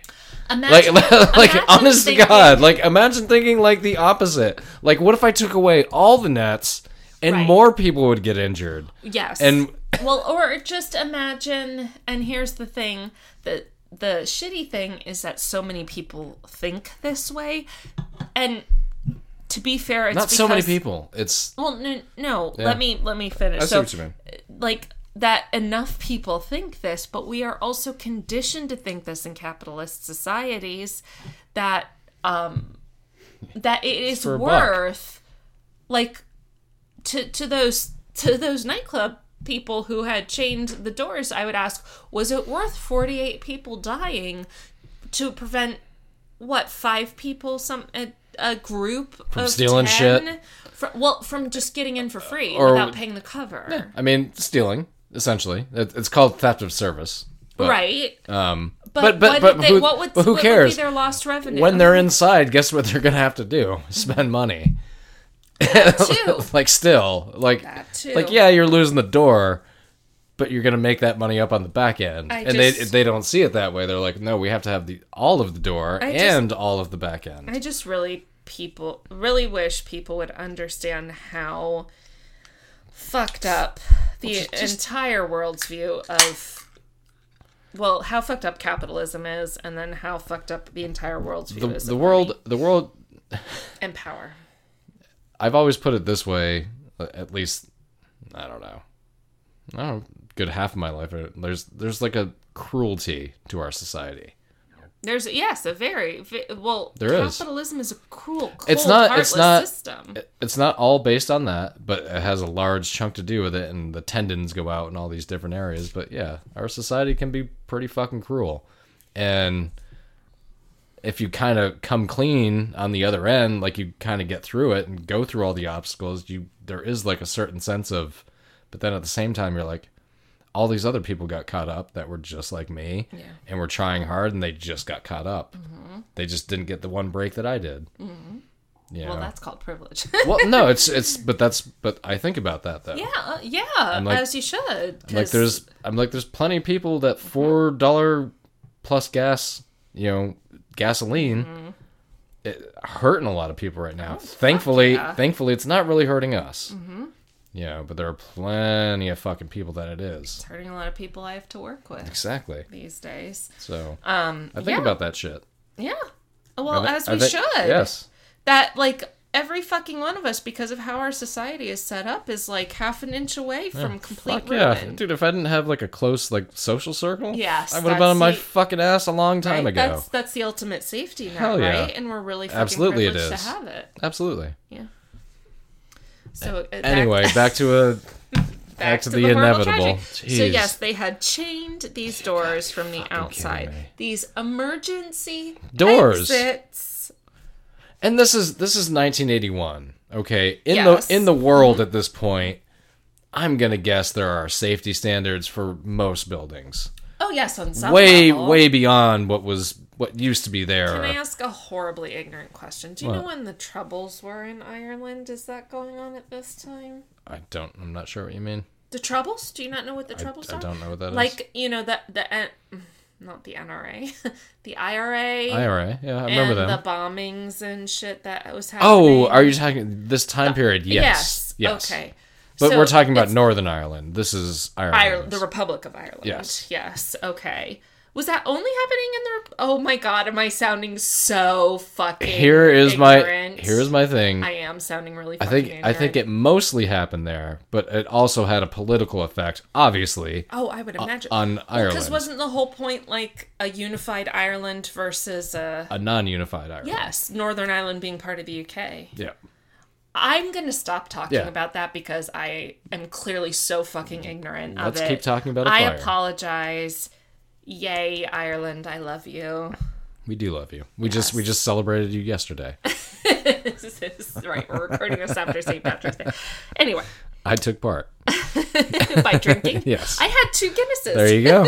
Imagine, Like, [LAUGHS] like, imagine honest to thinking- God, like, imagine thinking like the opposite. Like, what if I took away all the nets and Right. more people would get injured? Yes. And well, or just imagine. And here's the thing that the shitty thing is that so many people think this way, and to be fair, it's not so many because- people. It's Well, no, no let me let me finish. I see so, what you mean. like that enough people think this, but we are also conditioned to think this in capitalist societies that um that it is for a buck. worth like to to those to those nightclub people who had chained the doors, I would ask, was it worth 48 people dying to prevent what five people some a, a group from stealing shit? well, from just getting in for free Or- without paying the cover. I mean, stealing essentially. It, it's called theft of service. But, right. Um, But, but but what, but, did they, who, what would, but who what would cares? be their lost revenue? when they're inside, guess what they're gonna have to do? Spend money. [LAUGHS] too. Like still, like That too. like yeah, you're losing the door, but you're gonna make that money up on the back end. I and they just- they don't see it that way. They're like, no, we have to have the all of the door I just- and all of the back end. I just really people really wish people would understand how fucked up the entire world's view of well, how fucked up capitalism is, and then how fucked up the entire world's view the, is the of world the world and power. I've always put it this way, at least I don't know. I don't know, good half of my life uh, there's there's like a cruelty to our society. There's yes, a very ve- well. There is. capitalism is. a cruel, cold, It's not- heartless it's not- system. It's not all based on that, but it has a large chunk to do with it and the tendons go out in all these different areas, but yeah, our society can be pretty fucking cruel. And if you kind of come clean on the other end, like you kind of get through it and go through all the obstacles, you there is like a certain sense of but then at the same time you're like all these other people got caught up that were just like me and were trying hard and they just got caught up. They just didn't get the one break that I did. Mm-hmm. You Well, know? that's called privilege. [LAUGHS] well, no, it's it's but that's but I think about that though. yeah, uh, yeah, like- as you should. Like 'cause- there's I'm like there's plenty of people that four dollar plus gas, you know, gasoline Mm-hmm. it, hurting a lot of people right now. thankfully, Oh, yeah. thankfully it's not really hurting us. Mm-hmm. You know, but there are plenty of fucking people that it is. hurting a lot of people I have to work with Exactly. these days. So Um, I think yeah. about that shit. Yeah. Well, I thi- as I we thi- should. Yes. That like every fucking one of us, because of how our society is set up, is like half an inch away from complete Fuck yeah, ruin. dude! If I didn't have like a close like social circle, Yes, I would have been that's on my the- fucking ass a long time Right? ago. That's that's the ultimate safety net, Hell yeah. right? And we're really fucking Absolutely it privileged is. to have it. Absolutely. Yeah. So uh, back- [LAUGHS] Anyway, back to a back to to the the, horrible inevitable. tragedy. So Jeez. yes, they had chained these doors from the outside. me. These emergency Doors. exits. and this is this is 1981. Okay, in Yes. Mm-hmm. the in the world at this point, I'm gonna guess there are safety standards for most buildings, Oh yes, on some way level. way beyond what was what used to be there. Can I ask a horribly ignorant question? Do you know when the troubles were in Ireland? Is that going on at this time? I don't. I'm not sure what you mean. The troubles? Do you not know what the I, troubles I are? don't know what that is. Like you know the the N- mm, not the NRA, [LAUGHS] the IRA, IRA. Yeah, I remember and them. the bombings and shit that was happening. oh, are you talking this time period? Yes. Yes. Yes. Okay. But So we're talking about it's Northern Ireland. This is Ireland. Ire- the Republic of Ireland. Yes. Yes. Okay. Was that only happening in the? Rep- Oh my God! Am I sounding so fucking? here is ignorant? my here is my thing. I I, am sounding really. think fucking I think ignorant. it mostly happened there, but it also had a political effect, obviously, Oh, I would imagine. on Because Ireland, wasn't the whole point like a unified Ireland versus a a non-unified Ireland. yes Northern Ireland being part of the UK? Yeah. I'm gonna stop talking Yeah. about that because I am clearly so fucking ignorant of Let's it. keep talking about a I fire. apologize. Yay, Ireland! I love you. [LAUGHS] We do love you. We just we just celebrated you [LAUGHS] yesterday. this is right. We're recording this after St. Patrick's Day. Anyway, [LAUGHS] I took part. by drinking, [LAUGHS] Yes. I had two Guinnesses There [LAUGHS] you go.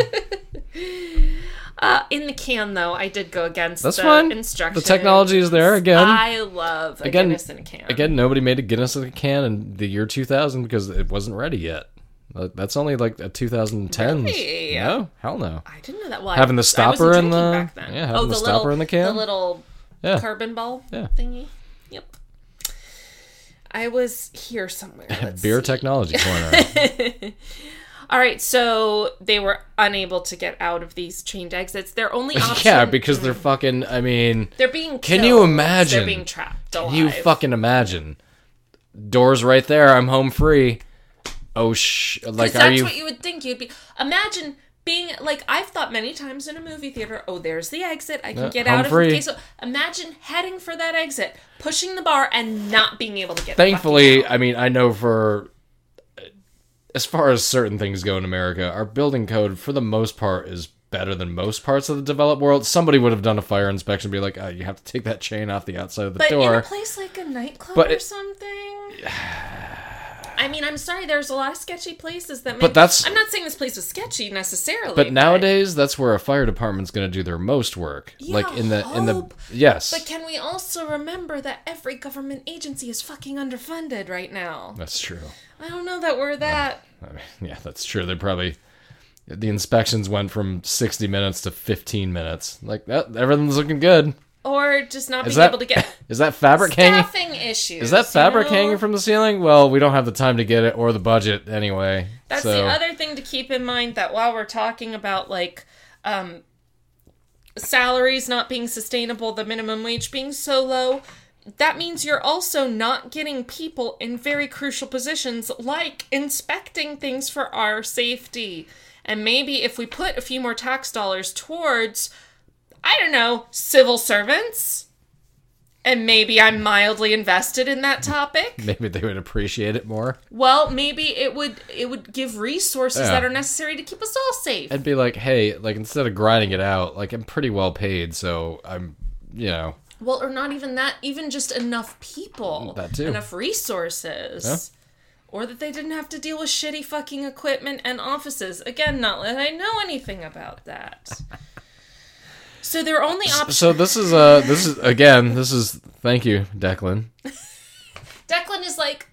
uh, in the can. Though I did go against That's the fine. The instructions. technology is there again. I love a Again- Guinness in a can. Again, nobody made a Guinness in a can in the year 2000 because it wasn't ready yet. That- That's only like a 2010. Really? No, hell no. I didn't know that. Well, Having the I, I wasn't stopper in drinking the- back then. yeah, having oh, the little, stopper in the can? the little Yeah. carbon ball Yeah. thingy. Yep. I was here [LAUGHS] somewhere. Let's Beer see. technology [LAUGHS] corner. All right, so they were unable to get out of these chained exits. Their only option. [LAUGHS] yeah, because they're fucking. I mean, they're being. Can killed. you imagine? They're being trapped alive. you fucking imagine. Doors right there. I'm home free. Oh sh! 'Cause Like, are that's you? what you would think. You'd be imagine being like I've thought many times in a movie theater. Oh, there's the exit. I can Yeah, get I'm out of free. Okay, so imagine heading for that exit, pushing the bar, and not being able to get. the fuck Thankfully, out. I mean, I know for as far as certain things go in America, our building code for the most part is better than most parts of the developed world. Somebody would have done a fire inspection, and be like, oh, you have to take that chain off the outside of the but in door. a place like a nightclub But or it- [SIGHS] something. I mean, I'm sorry. There's a lot of sketchy places that. Make, But that's- I'm not saying this place was sketchy necessarily. but nowadays, that's where a fire department's going to do their most work. Yeah, like in the in the hope. yes, But can we also remember that every government agency is fucking underfunded right now? that's true. I don't know that we're that. I mean, [LAUGHS] yeah, that's true. They probably the inspections went from sixty minutes to fifteen minutes. Like that, everything's looking good. or just not Is being that able to [LAUGHS] get is that fabric hanging? staffing issues. Is that fabric you know? hanging from the ceiling? Well, we don't have the time to get it or the budget anyway. That's so the other thing to keep in mind that while we're talking about like um, salaries not being sustainable, the minimum wage being so low, that means you're also not getting people in very crucial positions like inspecting things for our safety. And maybe if we put a few more tax dollars towards, I don't know, civil servants, and maybe I'm mildly invested in that topic. [LAUGHS] maybe they would appreciate it more Well, maybe it would it would give resources Yeah. that are necessary to keep us all safe. and be like, hey, like instead of grinding it out, like I'm pretty well paid, so I'm, you know, well, or not even that, even just enough people, Mm, That too. enough resources. Or that they didn't have to deal with shitty fucking equipment and offices. Again, not that I know anything about [LAUGHS] that. so their only option so this is uh this is again this is thank you Declan Declan is like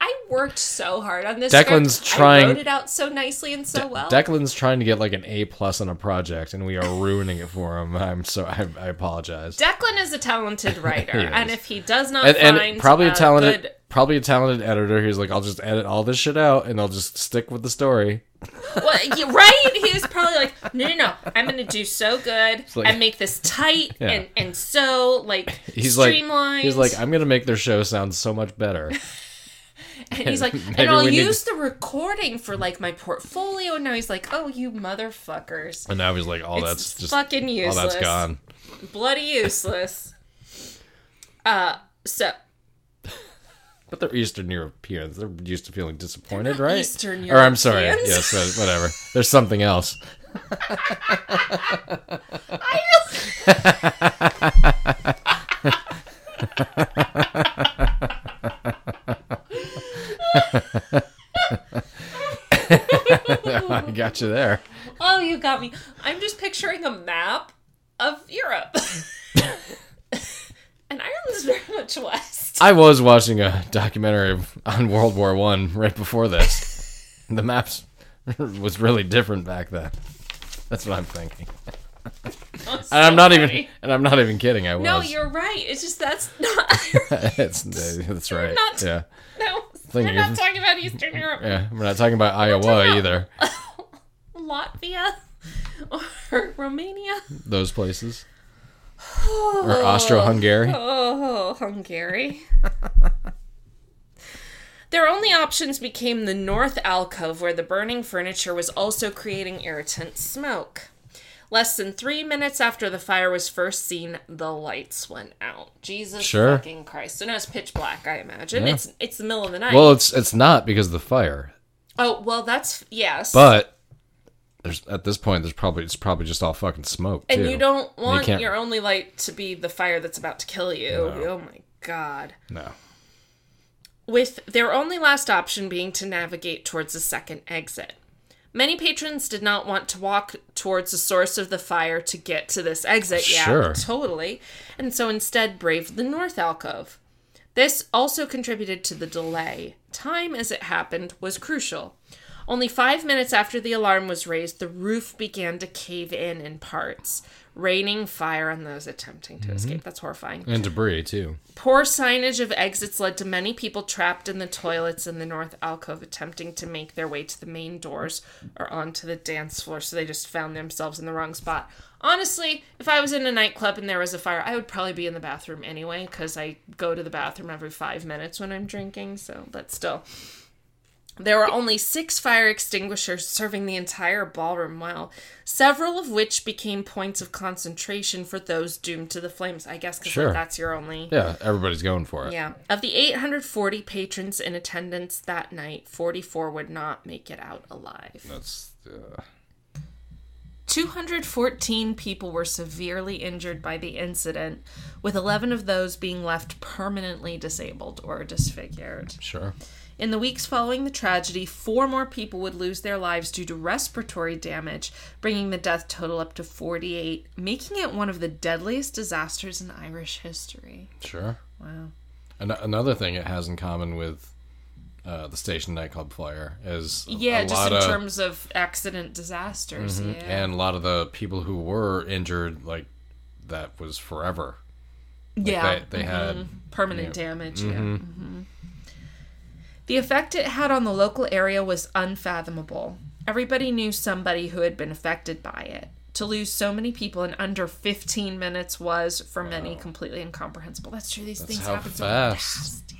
I worked so hard on this. Declan's script. I trying- wrote it out so nicely and so well. Declan's trying to get like an A plus on a project, and we are ruining it for him. [LAUGHS] I'm so I, I apologize. Declan is a talented writer, [LAUGHS] He and is. if he does not and, find and probably a a talented, good- probably a talented editor who's like, I'll just edit all this shit out, and I'll just stick with the story. well, yeah, right? He was probably like, no, no, no, I'm going to do so good like- and make this tight Yeah. and, and so, like, [LAUGHS] He's streamlined. like, he's like, I'm gonna make their show sound so much better. and [LAUGHS] he's like, maybe and I'll we need- use the recording for, like, my portfolio. And now he's like, oh, you motherfuckers. And now he's like, all that's It's just, fucking all useless. that's gone. Bloody useless. uh, so, But they're Eastern Europeans. They're used to feeling disappointed, right? Eastern Or I'm sorry, Europeans. yes, uh, whatever. There's something else. [LAUGHS] I just... I got you there. [LAUGHS] Oh, you got me. I'm just picturing a map of Europe. [LAUGHS] and Ireland's very much west. I was watching a documentary on World War One right before this, [LAUGHS] The maps [LAUGHS] was really different back then. That's what I'm thinking. And I'm not even and I'm not even kidding. I was. Oh, No, you're right. It's just that's not. [LAUGHS] [LAUGHS] it's, that's right. not- yeah. [LAUGHS] no, Thing we're is- not talking about [LAUGHS] Eastern Europe. Yeah. We're not talking about Iowa about- either. Latvia or Romania Those places. or Austro-Hungary. Oh, Hungary. Their only options became the north alcove, where the burning furniture was also creating irritant smoke. Less than three minutes after the fire was first seen, the lights went out. Jesus Sure. fucking Christ! So now it's pitch black. I imagine Yeah. it's it's the middle of the night. Well, it's it's not because of the fire, oh well, that's yes. but there's at this point there's probably it's probably just all fucking smoke too. And you don't want can't- your only light to be the fire that's about to kill you. Oh my god. No. With their only last option being to navigate towards the second exit. Many patrons did not want to walk towards the source of the fire to get to this exit. Yeah, Sure. totally. And so instead braved the north alcove. This also contributed to the delay. Time as it happened was crucial. Only five minutes after the alarm was raised, the roof began to cave in in parts, raining fire on those attempting to escape. That's horrifying. And debris too. Poor signage of exits led to many people trapped in the toilets in the north alcove attempting to make their way to the main doors or onto the dance floor, so they just found themselves in the wrong spot. Honestly, if I was in a nightclub and there was a fire, I would probably be in the bathroom anyway because I go to the bathroom every five minutes when I'm drinking, so, but still. There were only six fire extinguishers serving the entire ballroom well, several of which became points of concentration for those doomed to the flames. I guess because Sure. that's your only. Yeah, everybody's going for it. Yeah. Of the 840 patrons in attendance that night, 44 would not make it out alive. That's uh, 214 people were severely injured by the incident, with 11 of those being left permanently disabled or disfigured. sure. In the weeks following the tragedy, four more people would lose their lives due to respiratory damage, bringing the death total up to 48, making it one of the deadliest disasters in Irish history. Sure. Wow. An- another thing it has in common with uh, the station nightclub fire is a, Yeah, a just lot in of terms of accident disasters. Yeah. and a lot of the people who were injured like that was forever. yeah. Mm-hmm. They, they had Permanent damage. Yeah. mhm. The effect it had on the local area was unfathomable. Everybody knew somebody who had been affected by it. To lose so many people in under 15 minutes was, for many, completely incomprehensible. That's true. These things how happen so fast.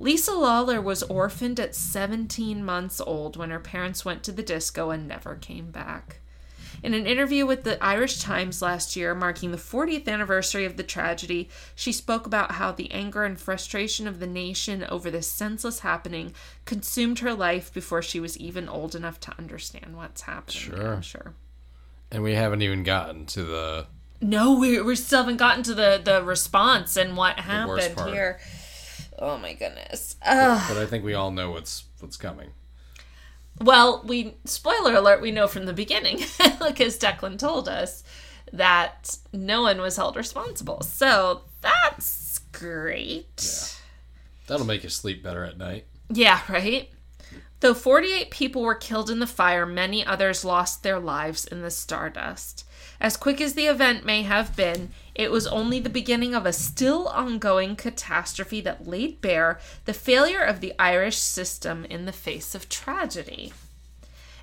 Lisa Lawler was orphaned at 17 months old when her parents went to the disco and never came back. In an interview with the Irish Times last year, marking the 40th anniversary of the tragedy, she spoke about how the anger and frustration of the nation over this senseless happening consumed her life before she was even old enough to understand what's happening. Sure. I'm sure. And we haven't even gotten to the No, we, we still haven't gotten to the, the response and what worst happened part. here. Oh my goodness. Ugh. but I think we all know what's what's coming. Well, we spoiler alert, we know from the beginning [LAUGHS] because Declan told us that no one was held responsible. So that's great. That'll make you sleep better at night. Yeah, right? Though 48 people were killed in the fire, many others lost their lives in the stardust. As quick as the event may have been, it was only the beginning of a still ongoing catastrophe that laid bare the failure of the Irish system in the face of tragedy.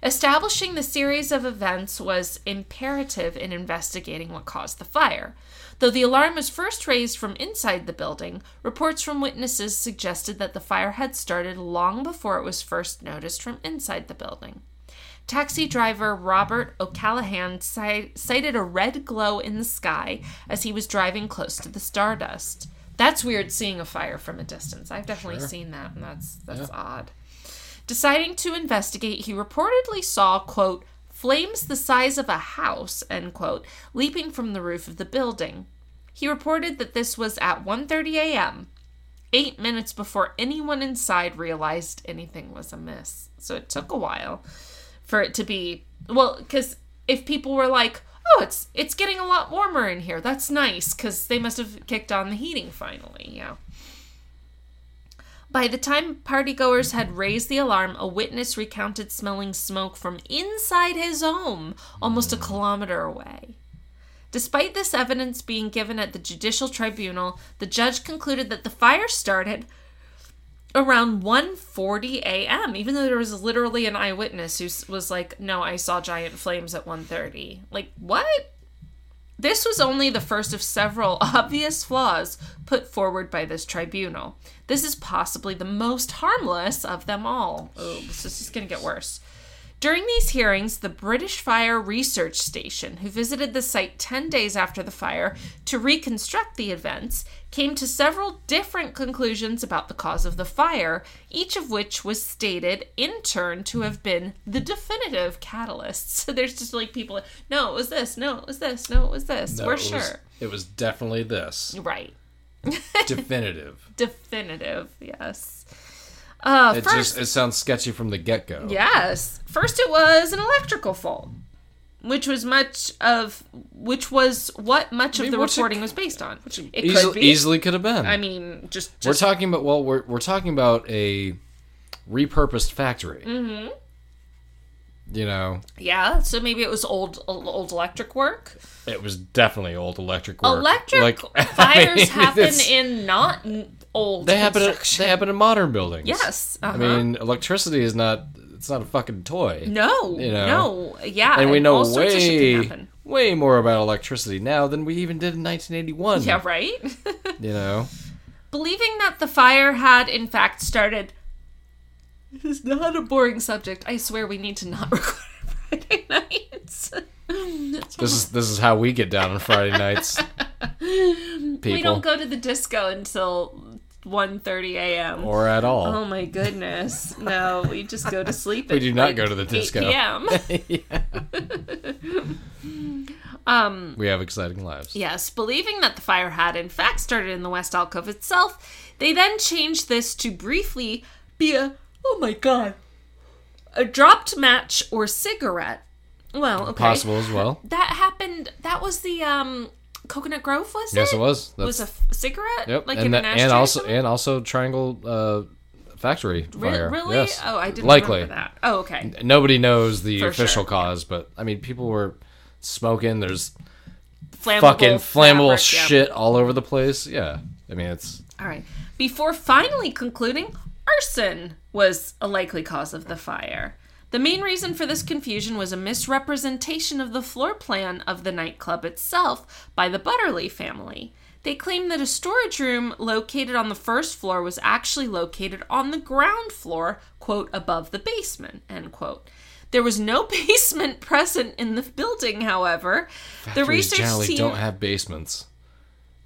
Establishing the series of events was imperative in investigating what caused the fire. Though the alarm was first raised from inside the building, reports from witnesses suggested that the fire had started long before it was first noticed from inside the building. Taxi driver Robert O'Callahan si- sighted a red glow in the sky as he was driving close to the stardust. That's weird seeing a fire from a distance. I've definitely seen that, and that's that's odd. Deciding to investigate, he reportedly saw, quote, flames the size of a house, end quote, leaping from the roof of the building. He reported that this was at 1:30 a.m., 8 minutes before anyone inside realized anything was amiss. So it took a while for it to be well cuz if people were like, "Oh, it's it's getting a lot warmer in here. That's nice" cuz they must have kicked on the heating finally, yeah. By the time partygoers had raised the alarm, a witness recounted smelling smoke from inside his home, almost a kilometer away. Despite this evidence being given at the judicial tribunal, the judge concluded that the fire started around 1:40 a.m. even though there was literally an eyewitness who s- was like, "No, I saw giant flames at 1:30." Like, what? This was only the first of several [LAUGHS] obvious flaws put forward by this tribunal. This is possibly the most harmless of them all. Oh, this is just going to get worse. During these hearings, the British Fire Research Station, who visited the site 10 days after the fire to reconstruct the events, came to several different conclusions about the cause of the fire, each of which was stated in turn to have been the definitive catalyst. [LAUGHS] So there's just like people, no, it was this, no, it was this, no, it was this. No, We're it was- sure. it was [LAUGHS] definitely this. Right. Definitive. Definitive, yes. Uh, It first, just it sounds sketchy from the get go. Yes. First it was an electrical fault, which was much of which was what much of the what's it- reporting was based on. It could Easily, be. easily could have been. I mean, just, we're just talking about well, we're we're talking about a repurposed factory. Mm-hmm. You know, yeah. So maybe it was old old, old electric work. it was definitely old electric work. Electric [LAUGHS] I fires mean, happen it's- in not n- old. They happen. In, construction. they happen in modern buildings. Yes. Uh-huh. I mean, electricity is not. It's not a fucking toy. no. you know. no. Yeah. and we know all sorts of shit can way happen. way more about electricity now than we even did in 1981. Yeah. Right. [LAUGHS] You know, Believing that the fire had in fact started. This is not a boring subject. I swear we need to not [LAUGHS] record Friday nights. [LAUGHS] this is this is how we get down on Friday nights. People [LAUGHS] We don't go to the disco until 1.30 a.m. or at all. oh my goodness. No, we just go to sleep. [LAUGHS] we do not go to the 8 disco. [LAUGHS] p.m. We have exciting lives. Um, Yes, believing that the fire had in fact started in the West alcove itself, they then changed this to briefly be a oh my god, a dropped match or cigarette. Well, okay, Possible as well. that happened. That was the um Coconut Grove, was Yes, it? it was. That's, Was a f- cigarette Yep. like and, in that- an ashtray and or also something? and also triangle uh, factory Re- fire. Really? Yes. Oh, I didn't Likely. remember that. Oh, okay. Nobody knows the For official sure. cause, but I mean, people were smoking. There's Flammable fucking flammable fabric, yeah. shit all over the place. Yeah. I mean, it's All right. Before finally concluding, arson was a likely cause of the fire. The main reason for this confusion was a misrepresentation of the floor plan of the nightclub itself by the Butterley family. They claimed that a storage room located on the first floor was actually located on the ground floor, quote, above the basement, end quote. There was no [LAUGHS] basement present in the building, however. the factories research generally team don't have basements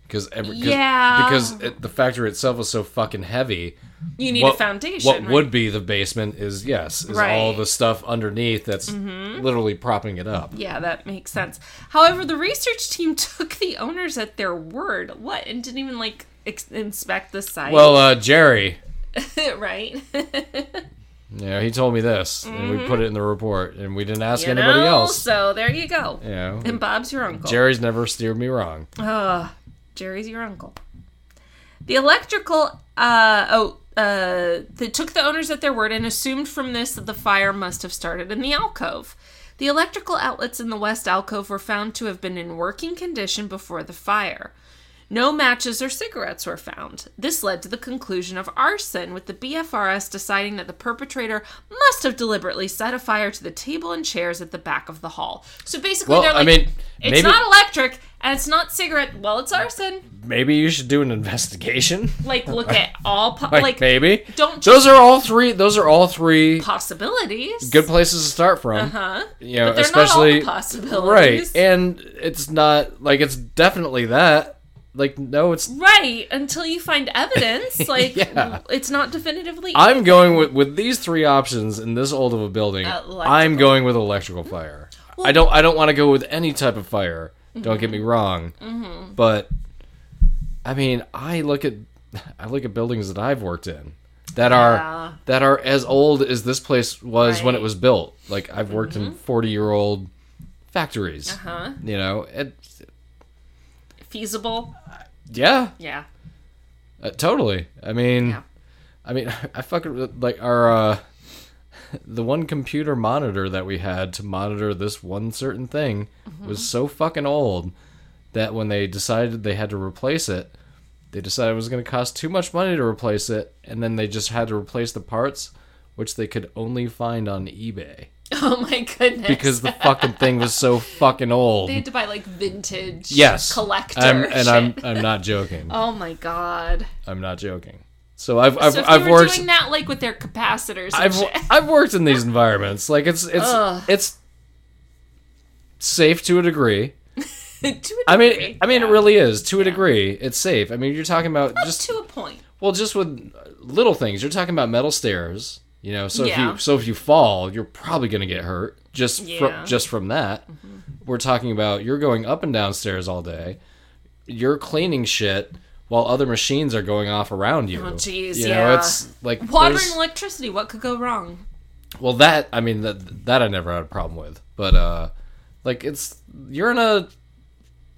because every 'cause- Yeah. because it, the factory itself is so fucking heavy. you need a foundation. What right? would be the basement is yes, is all Right. Mm-hmm. the stuff underneath that's literally propping it up. Yeah, that makes sense. However, the research team [LAUGHS] took the owners at their word. What? And didn't even like ex- inspect the site. Well, uh, Jerry, [LAUGHS] right? you know, he told me this, and we put it in the report, and we didn't ask Mm-hmm. You anybody know? else. So there you go. you know, And Bob's your uncle. Jerry's never steered me wrong. Ugh, Jerry's your uncle. The electrical, uh, oh, uh, they took the owners at their word and assumed from this that the fire must have started in the alcove. The electrical outlets in the west alcove were found to have been in working condition before the fire. No matches or cigarettes were found. This led to the conclusion of arson, with the BFRS deciding that the perpetrator must have deliberately set a fire to the table and chairs at the back of the hall. So basically, Well, they're I like, mean, it's maybe not electric and it's not cigarette. Well, it's arson. maybe you should do an investigation. [LAUGHS] Like, look at all po- like, like maybe don't those are all three. Those are all three possibilities. good places to start from. huh? You know, Uh-huh. They're especially not all the possibilities, right, and it's not like it's definitely that. Like, no, it's. Right, Until you find [LAUGHS] evidence, like Yeah. it's not definitively. I'm going with with these three options in this old of a building. Electrical. I'm going with electrical fire. I don't. I don't want to go with any type of fire. Don't get me Mm-hmm. wrong, but I mean, I look at [LAUGHS] I look at buildings that I've worked in that are Yeah. that are as old as this place was when Right. it Mm-hmm. was built. Like I've worked in forty year old factories. huh? You know, it, Feasible. yeah, Yeah. [LAUGHS] uh, totally. I mean, Yeah. I mean, [LAUGHS] I fucking like our uh, [LAUGHS] the one computer monitor that we had to monitor this one certain thing Mm-hmm. was so fucking old that when they decided they had to replace it, they decided it was going to cost too much money to replace it, and then they just had to replace the parts, which they could only find on eBay Oh my goodness. because the fucking thing [LAUGHS] was so fucking old. they had to buy like vintage yes, collector I'm, and I'm shit. I'm not joking. [LAUGHS] Oh my god. I'm not joking. So I've I've, So if I've they were worked. doing that like with their capacitors and I've shit. I've worked in these environments. Like it's it's Ugh. it's safe to a degree. [LAUGHS] To a I mean degree, I mean yeah. it really is to a degree. It's safe. I mean you're talking about just to a point. well just with little things. You're talking about metal stairs, you know. So if Yeah. you so if you fall, you're probably going to get hurt just Yeah. Mm-hmm. from just from that. We're talking about you're going up and down stairs all day. You're cleaning shit while other machines are going off around you. Oh, jeez, you know, yeah. it's like Water there's- and electricity, what could go wrong? well, that I mean that that I never had a problem with, but uh, like it's you're in a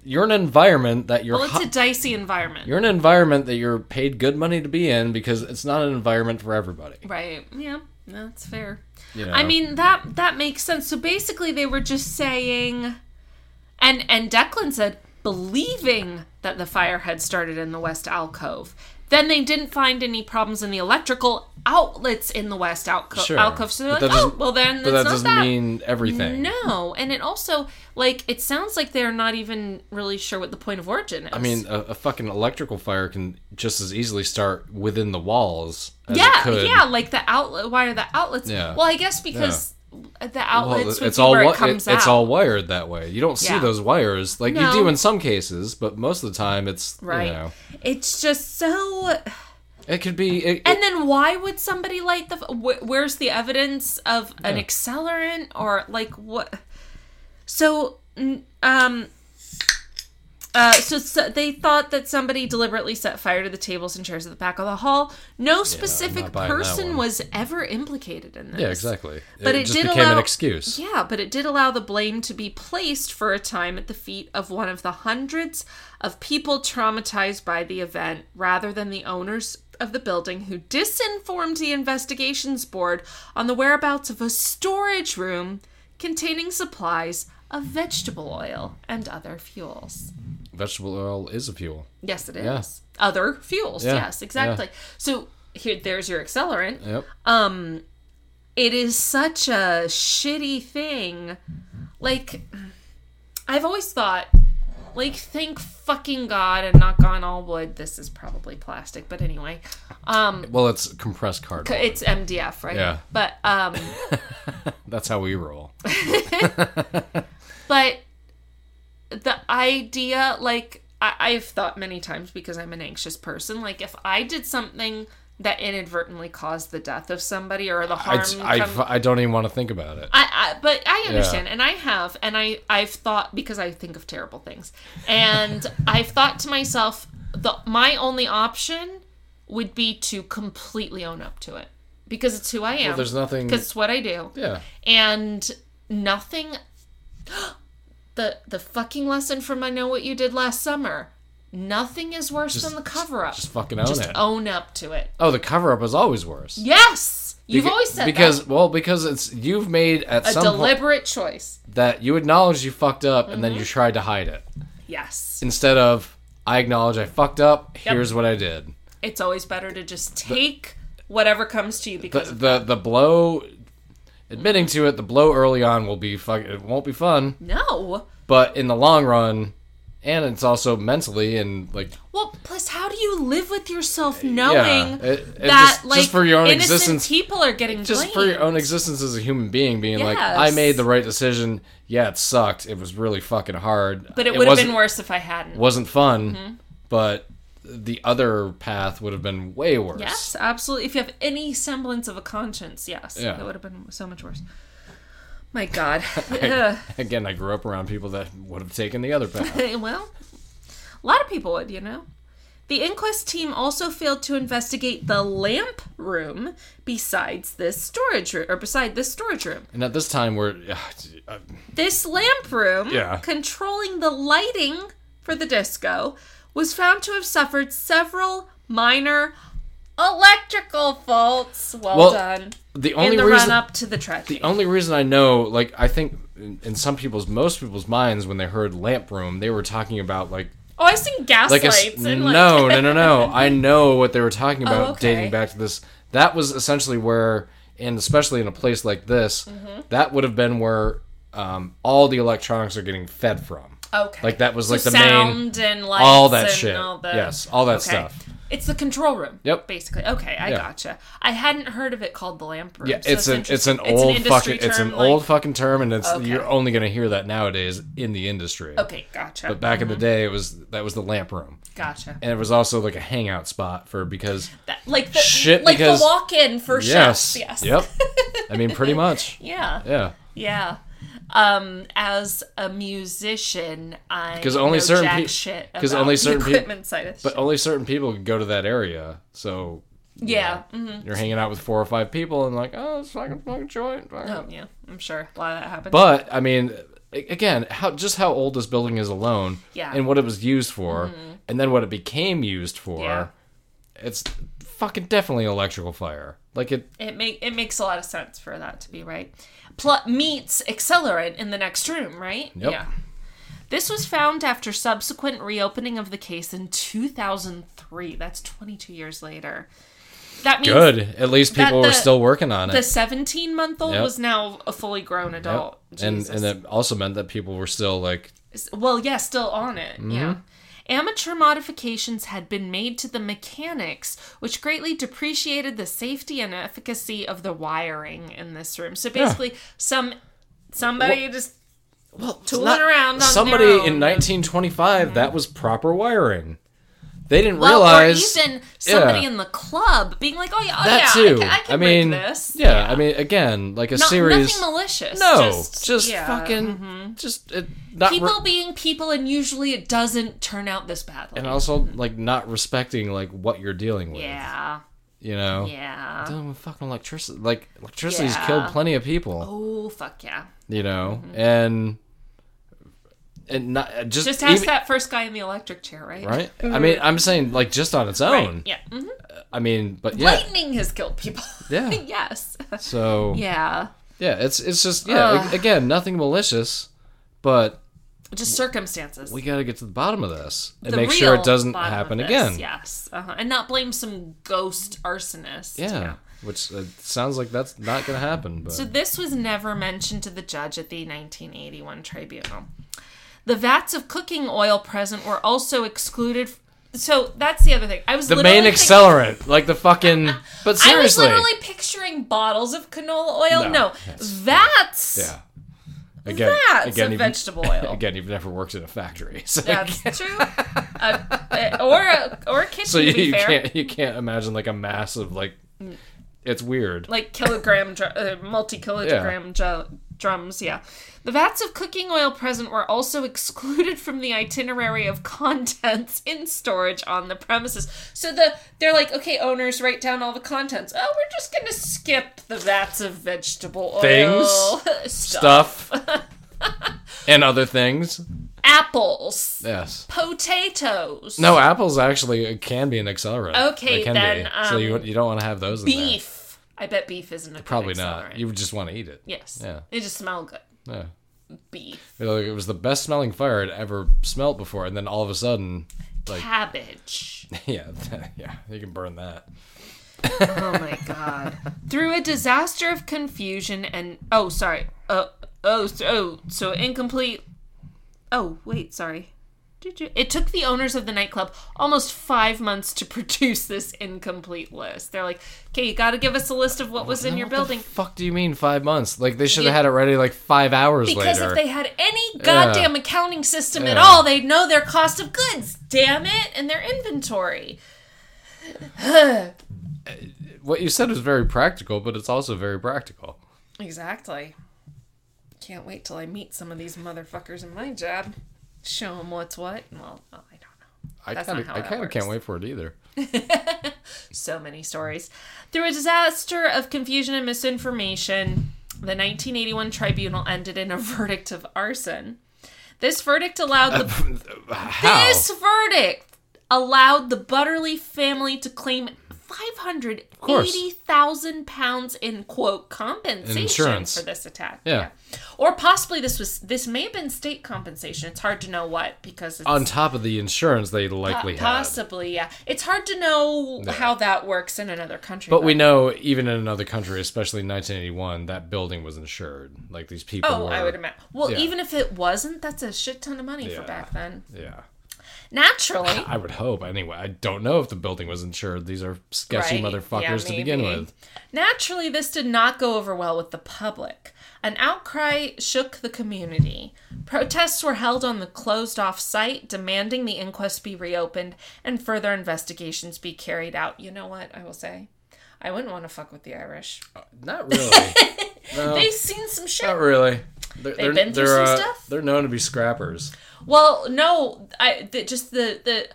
you're in an environment that you're Well, it's hi- a dicey environment. you're in an environment that you're paid good money to be in because it's not an environment for everybody. Right. Yeah. No, That's fair. You know? I mean that that makes sense. So basically they were just saying and and Declan said believing that the fire had started in the West alcove. Then they didn't find any problems in the electrical outlets in the West alco- Sure. alcove. So they're But like, that oh, doesn't- well then but it's that not doesn't that. mean everything. No, and it also like it sounds like they're not even really sure what the point of origin is. I mean, a, a fucking electrical fire can just as easily start within the walls. As yeah, it could. yeah, like the outlet. Why are the outlets? Yeah. Well, I guess because the Well, outlets would it's be all where wi- it comes it- it's out. all wired that way. You don't see Yeah. those wires like No. you do in some cases, but most of the time it's right. You know, It's just so. it could be. It, And then why would somebody light the? Wh- where's the evidence of an accelerant or like what? So, n- um. Uh, so, so they thought that somebody deliberately set fire to the tables and chairs at the back of the hall. No specific not buying that person one. was ever implicated in this. Yeah, exactly. But it just did became allow- an excuse. Yeah, but it did allow the blame to be placed for a time at the feet of one of the hundreds of people traumatized by the event rather than the owners of the building who disinformed the investigations board on the whereabouts of a storage room containing supplies of vegetable oil and other fuels. Vegetable oil is a fuel. Yes, it is. Yeah. Other fuels. Yeah, Yes, exactly. So here there's your accelerant Yep. it is such a shitty thing. Like, I've always thought, like, thank fucking God and knock on all wood. This is probably plastic, but anyway, um, well, it's compressed cardboard. it's MDF, right? Yeah. But um, That's how we roll. but the idea, like, I- I've thought many times because I'm an anxious person. Like, if I did something that inadvertently caused the death of somebody or the I, harm, I, come- I don't even want to think about it. I, I but I understand, and I have, and I I've thought because I think of terrible things, and [LAUGHS] I've thought to myself, the my only option would be to completely own up to it because it's who I am. There's nothing. because it's what I do, Yeah. and nothing. [GASPS] the the fucking lesson from I know what you did last summer. Nothing is worse than the cover up. Just fucking own it. own up to it. oh, the cover up is always worse. Yes, you've Beca- always said because that. well because it's you've made at A some point deliberate Mm-hmm. choice. that you acknowledge you fucked up and then you tried to hide it Yes. instead of I acknowledge I fucked up. Here's what I did. it's always better to just take whatever comes to you the because the the blow, admitting to it, the blow early on will be fuck. It won't be fun. no but in the long run and it's also mentally and like well plus how do you live with yourself yeah knowing it- it that just, like just for your own innocent existence people are getting just blamed. for your own existence as a human being being like Yes. i made the right decision yeah it sucked it was really fucking hard but it would have been Mm-hmm. wasn't- worse if i hadn't wasn't fun but the other path would have been way worse yes absolutely if you have any semblance of a conscience yes Yeah. it would have been so much worse my [LAUGHS] god Ugh. [LAUGHS] again i grew up around people that would have taken the other path [LAUGHS] well, a lot of people would, you know. The inquest team also failed to investigate the lamp room besides this storage room, or beside this storage room. and at this time we're [SIGHS] uh, This lamp room, Yeah. controlling the lighting for the disco, was found to have suffered several minor Electrical faults. Well, Well, done. The In only the run reason up to the tragedy. The only reason I know, like, I think in, in some people's, most people's minds, when they heard lamp room, they were talking about like, oh, I've seen gas like a s- lights and like Oh, no, no, [LAUGHS] no, no. I know what they were talking about, okay. dating back to this. That was essentially where, and especially in a place like this, Mm-hmm. that would have been where um, all the electronics are getting fed from. Okay. Like that was like so the main, sound and lights all that and shit. All the, Yes, all that Okay. stuff. It's the control room. Yep. Basically. Okay, I Yeah. gotcha. I hadn't heard of it called the lamp room. Yeah, so it's an it's interesting. an old industry fucking it's term, an like- old fucking term, and it's Okay. you're only gonna hear that nowadays in the industry. Okay, Mm-hmm. gotcha. But back in the day, it was that was the lamp room, gotcha. and it was also like a hangout spot for because That- like the Shit, like because- the walk-in for yes, chefs. Yes. [LAUGHS] yep. I mean, pretty much, Yeah. yeah. Yeah. Um, as a musician, I 'Cause only know certain jack peo- shit 'cause about only the certain peo- equipment side of But shit. only certain people could go to that area, so Yeah. Mm, you know, you're hanging out with four or five people, and like, oh, it's fucking fucking joint. fuck it. Oh, yeah, I'm sure a lot of that happened. But I mean, a- again, how just how old this building is alone, Yeah. Mm-hmm. and what it was used for, and then what it became used for. Yeah. It's fucking definitely electrical fire. Like it, It make it makes a lot of sense for that to be right. Pl- meets accelerant in the next room, right? Yep. Yeah. This was found after subsequent reopening of the case in 2003. That's 22 years later. That means good. At least that people the- were still working on it. the 17 month old Yep. was now a fully grown adult. Yep. And Jesus. and it also meant that people were still like well, yeah, still on it. Mm-hmm. Yeah. Amateur modifications had been made to the mechanics, which greatly depreciated the safety and efficacy of the wiring in this room. So basically, some somebody just well, tooling around. On somebody their in own. 1925 that was proper wiring. They didn't Well, realize or even somebody yeah. in the club being like, "Oh yeah, oh, that yeah, too. I, can, I can rig mean, this." yeah, I mean, again, like a Not, series. nothing malicious. No, just, just, yeah. mm-hmm. fucking, just it, not. re- people being people, and usually it doesn't turn out this badly. and also like not respecting like what you're dealing with. yeah, You know. yeah. Dealing with fucking electricity, like electricity's Yeah. killed plenty of people. Oh Mm-hmm. fuck yeah. You know, and and not just Just ask even- that Mm-hmm. first guy in the electric chair, right? right. I mean, I'm saying like just on its own. Yeah. Mhm. I mean, but yeah, Lightning has killed people. [LAUGHS] Yeah. yes. so yeah. Yeah. it's it's just yeah. Ugh. a- Again, nothing malicious, but Just circumstances. we got to get to the bottom of this and The make sure real it doesn't bottom of happen this, again. Yes. Uh-huh. And not blame some ghost arsonist. Yeah, which uh, sounds like that's not going to happen. But So this was never mentioned to the judge at the 1981 tribunal. The vats of cooking oil present were also excluded. f- So that's the other thing. I was the main literally thinking- accelerant, like the fucking. [LAUGHS] But I was seriously, literally picturing bottles of canola oil. No, No, vats. yeah. Again, Vats again, of you've- [LAUGHS] vegetable oil. Again, you've never worked in a factory, [LAUGHS] so, That's true. Uh, uh, or a, or a kitchen. so to you, be you fair. Mm. can't you can't imagine like a massive like. It's weird. like kilogram, dr- uh, multi kilogram drums. Yeah, the vats of cooking oil present were also [LAUGHS] excluded from the itinerary of contents in storage on the premises. So the they're like, okay, owners, write down all the contents. Oh, we're just gonna skip the vats of vegetable oil Things? stuff. stuff and other things. [LAUGHS] apples, Yes. potatoes, No, apples actually uh, can be an accelerant. Okay, They can then, be. so you um, you don't want to have those. In there. beef. I bet beef isn't a Probably good not. accelerant. You would just want to eat it. yes, Yeah. it just smell good. Yeah. Beef. You know, like, it was the best smelling fire I'd ever smelt before, and then all of a sudden, [LAUGHS] like, [LAUGHS] cabbage. yeah, yeah, you can burn that. Oh my god. Through a disaster of confusion and oh sorry. Uh, oh so, oh so incomplete. Oh wait, sorry. Did you- It took the owners of the nightclub almost five months to [LAUGHS] produce this incomplete list. They're like, "Okay, you got to give us a list of what was in your What the building." fuck do you mean five months? Like they should have Yeah. had it ready like five hours Because later. if they had any goddamn accounting system at Yeah. all, they'd know their cost of goods, damn it, and their inventory. What you said was very practical, but it's also very practical. Exactly. Can't wait till I meet some of these motherfuckers in my job. Show them what's what. Well, I don't know. I That's kind not of how I that kind of works. can't wait for it either. So many stories. Through a disaster of confusion and misinformation, the 1981 tribunal ended in a [LAUGHS] verdict of arson. This verdict allowed the How? This verdict allowed the Butterly family to claim 580,000 pounds in quote compensation Insurance. for this attack. Yeah. Or possibly this was this may have been state compensation. It's hard to know what because it's On top of the insurance they likely had. possibly yeah. It's hard to know how that works in another country. But we know, even in another country, especially in 1981, that building was insured. Like these people. Oh, were, I would imagine. Well, Yeah. even if it wasn't, that's a shit ton of money for Yeah. back then. Yeah, Naturally, I would hope. Anyway, I don't know if the building was insured. These are sketchy Right. motherfuckers Yeah, to begin maybe. with. Naturally, this did not go over well with the public. An outcry shook the community. Protests were held on the closed off site, demanding the inquest be reopened and further investigations be carried out. You know what I will say? I wouldn't want to fuck with the Irish. Not really. Uh, They've seen some shit. [LAUGHS] Not really. They're, they're, been through they're, some uh, stuff? They're known to be scrappers. Well, no, I th- just the the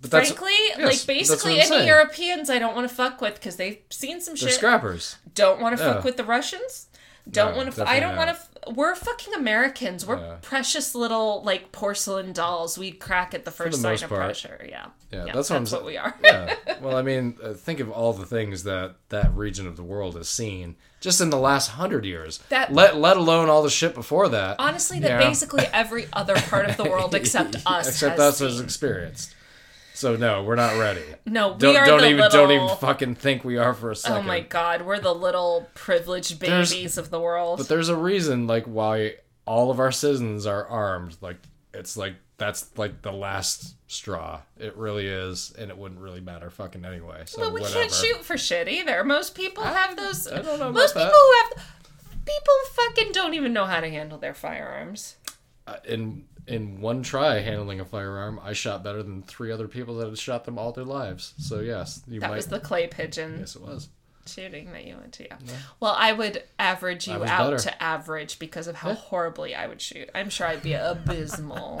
But that's frankly, yes, that's like what basically I'm any saying. Europeans I don't want to fuck with because they've seen some they're shit. [LAUGHS] scrappers. don't want to Yeah. fuck with the Russians. Don't No, want to. F- I don't definitely want to. not. F- we're fucking Americans. We're Yeah. precious little like porcelain dolls. We crack at the first the sign most of part. pressure. Yeah. Yeah, that's what I'm saying. we are. [LAUGHS] yeah. Well, I mean, uh, think of all the things that that region of the world has seen just in the last hundred years. That- let let alone all the shit before that. Honestly, Yeah. that basically every other part of the world [LAUGHS] except us. [LAUGHS] except has us has experienced. So no, we're not ready. No, [LAUGHS] we don't are don't the even little. don't even fucking think we are for a oh second. my god, we're the little privileged There's- babies of the world. But there's a reason like why all of our citizens are armed. Like it's like that's like the last straw. It really is, and it wouldn't really matter fucking anyway. So But we whatever. can't shoot for shit either. Most people have those. I don't know about most that. people who have people fucking don't even know how to handle their firearms. Uh, in in one try handling a firearm, I shot better than three other people that had shot them all their lives. So yes, you That might. was the clay pigeon yes, it was. shooting that you went to. Yeah. Well, I would average you was out better. to average because of how horribly I would shoot. I'm sure I'd be [LAUGHS] abysmal.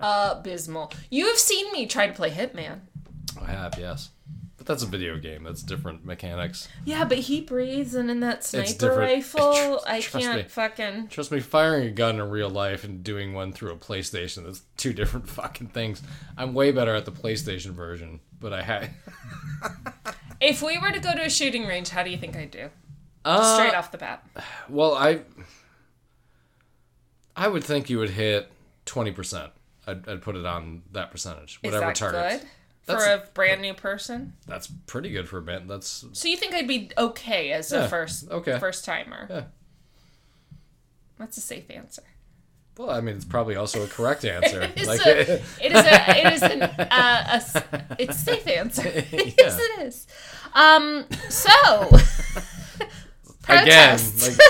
abysmal. You have seen me try to play Hitman. I have yes, but that's a video game. That's different mechanics. Yeah, but he breathes, and in that sniper different. rifle, I Trust can't me. fucking. Trust me, firing a gun in real life and doing one through a PlayStation, that's two different [LAUGHS] fucking things. I'm way better at the PlayStation version, but I had. If we were to go to a shooting range, how do you think I'd do? Uh, [LAUGHS] Straight off the bat. Well, I. I would think you would hit 20%. I'd, I'd put it on that percentage, Is whatever that target. good for That's- a brand new person? That's pretty good for a band. That's. So you think I'd be okay as a Yeah, first okay. first timer? Yeah. That's a safe answer. Well, I mean, it's probably also a [LAUGHS] correct answer. It's like, a, it is a it is an uh, a s- it's safe [LAUGHS] answer. yes, it is. Um. So [LAUGHS] again, protests like,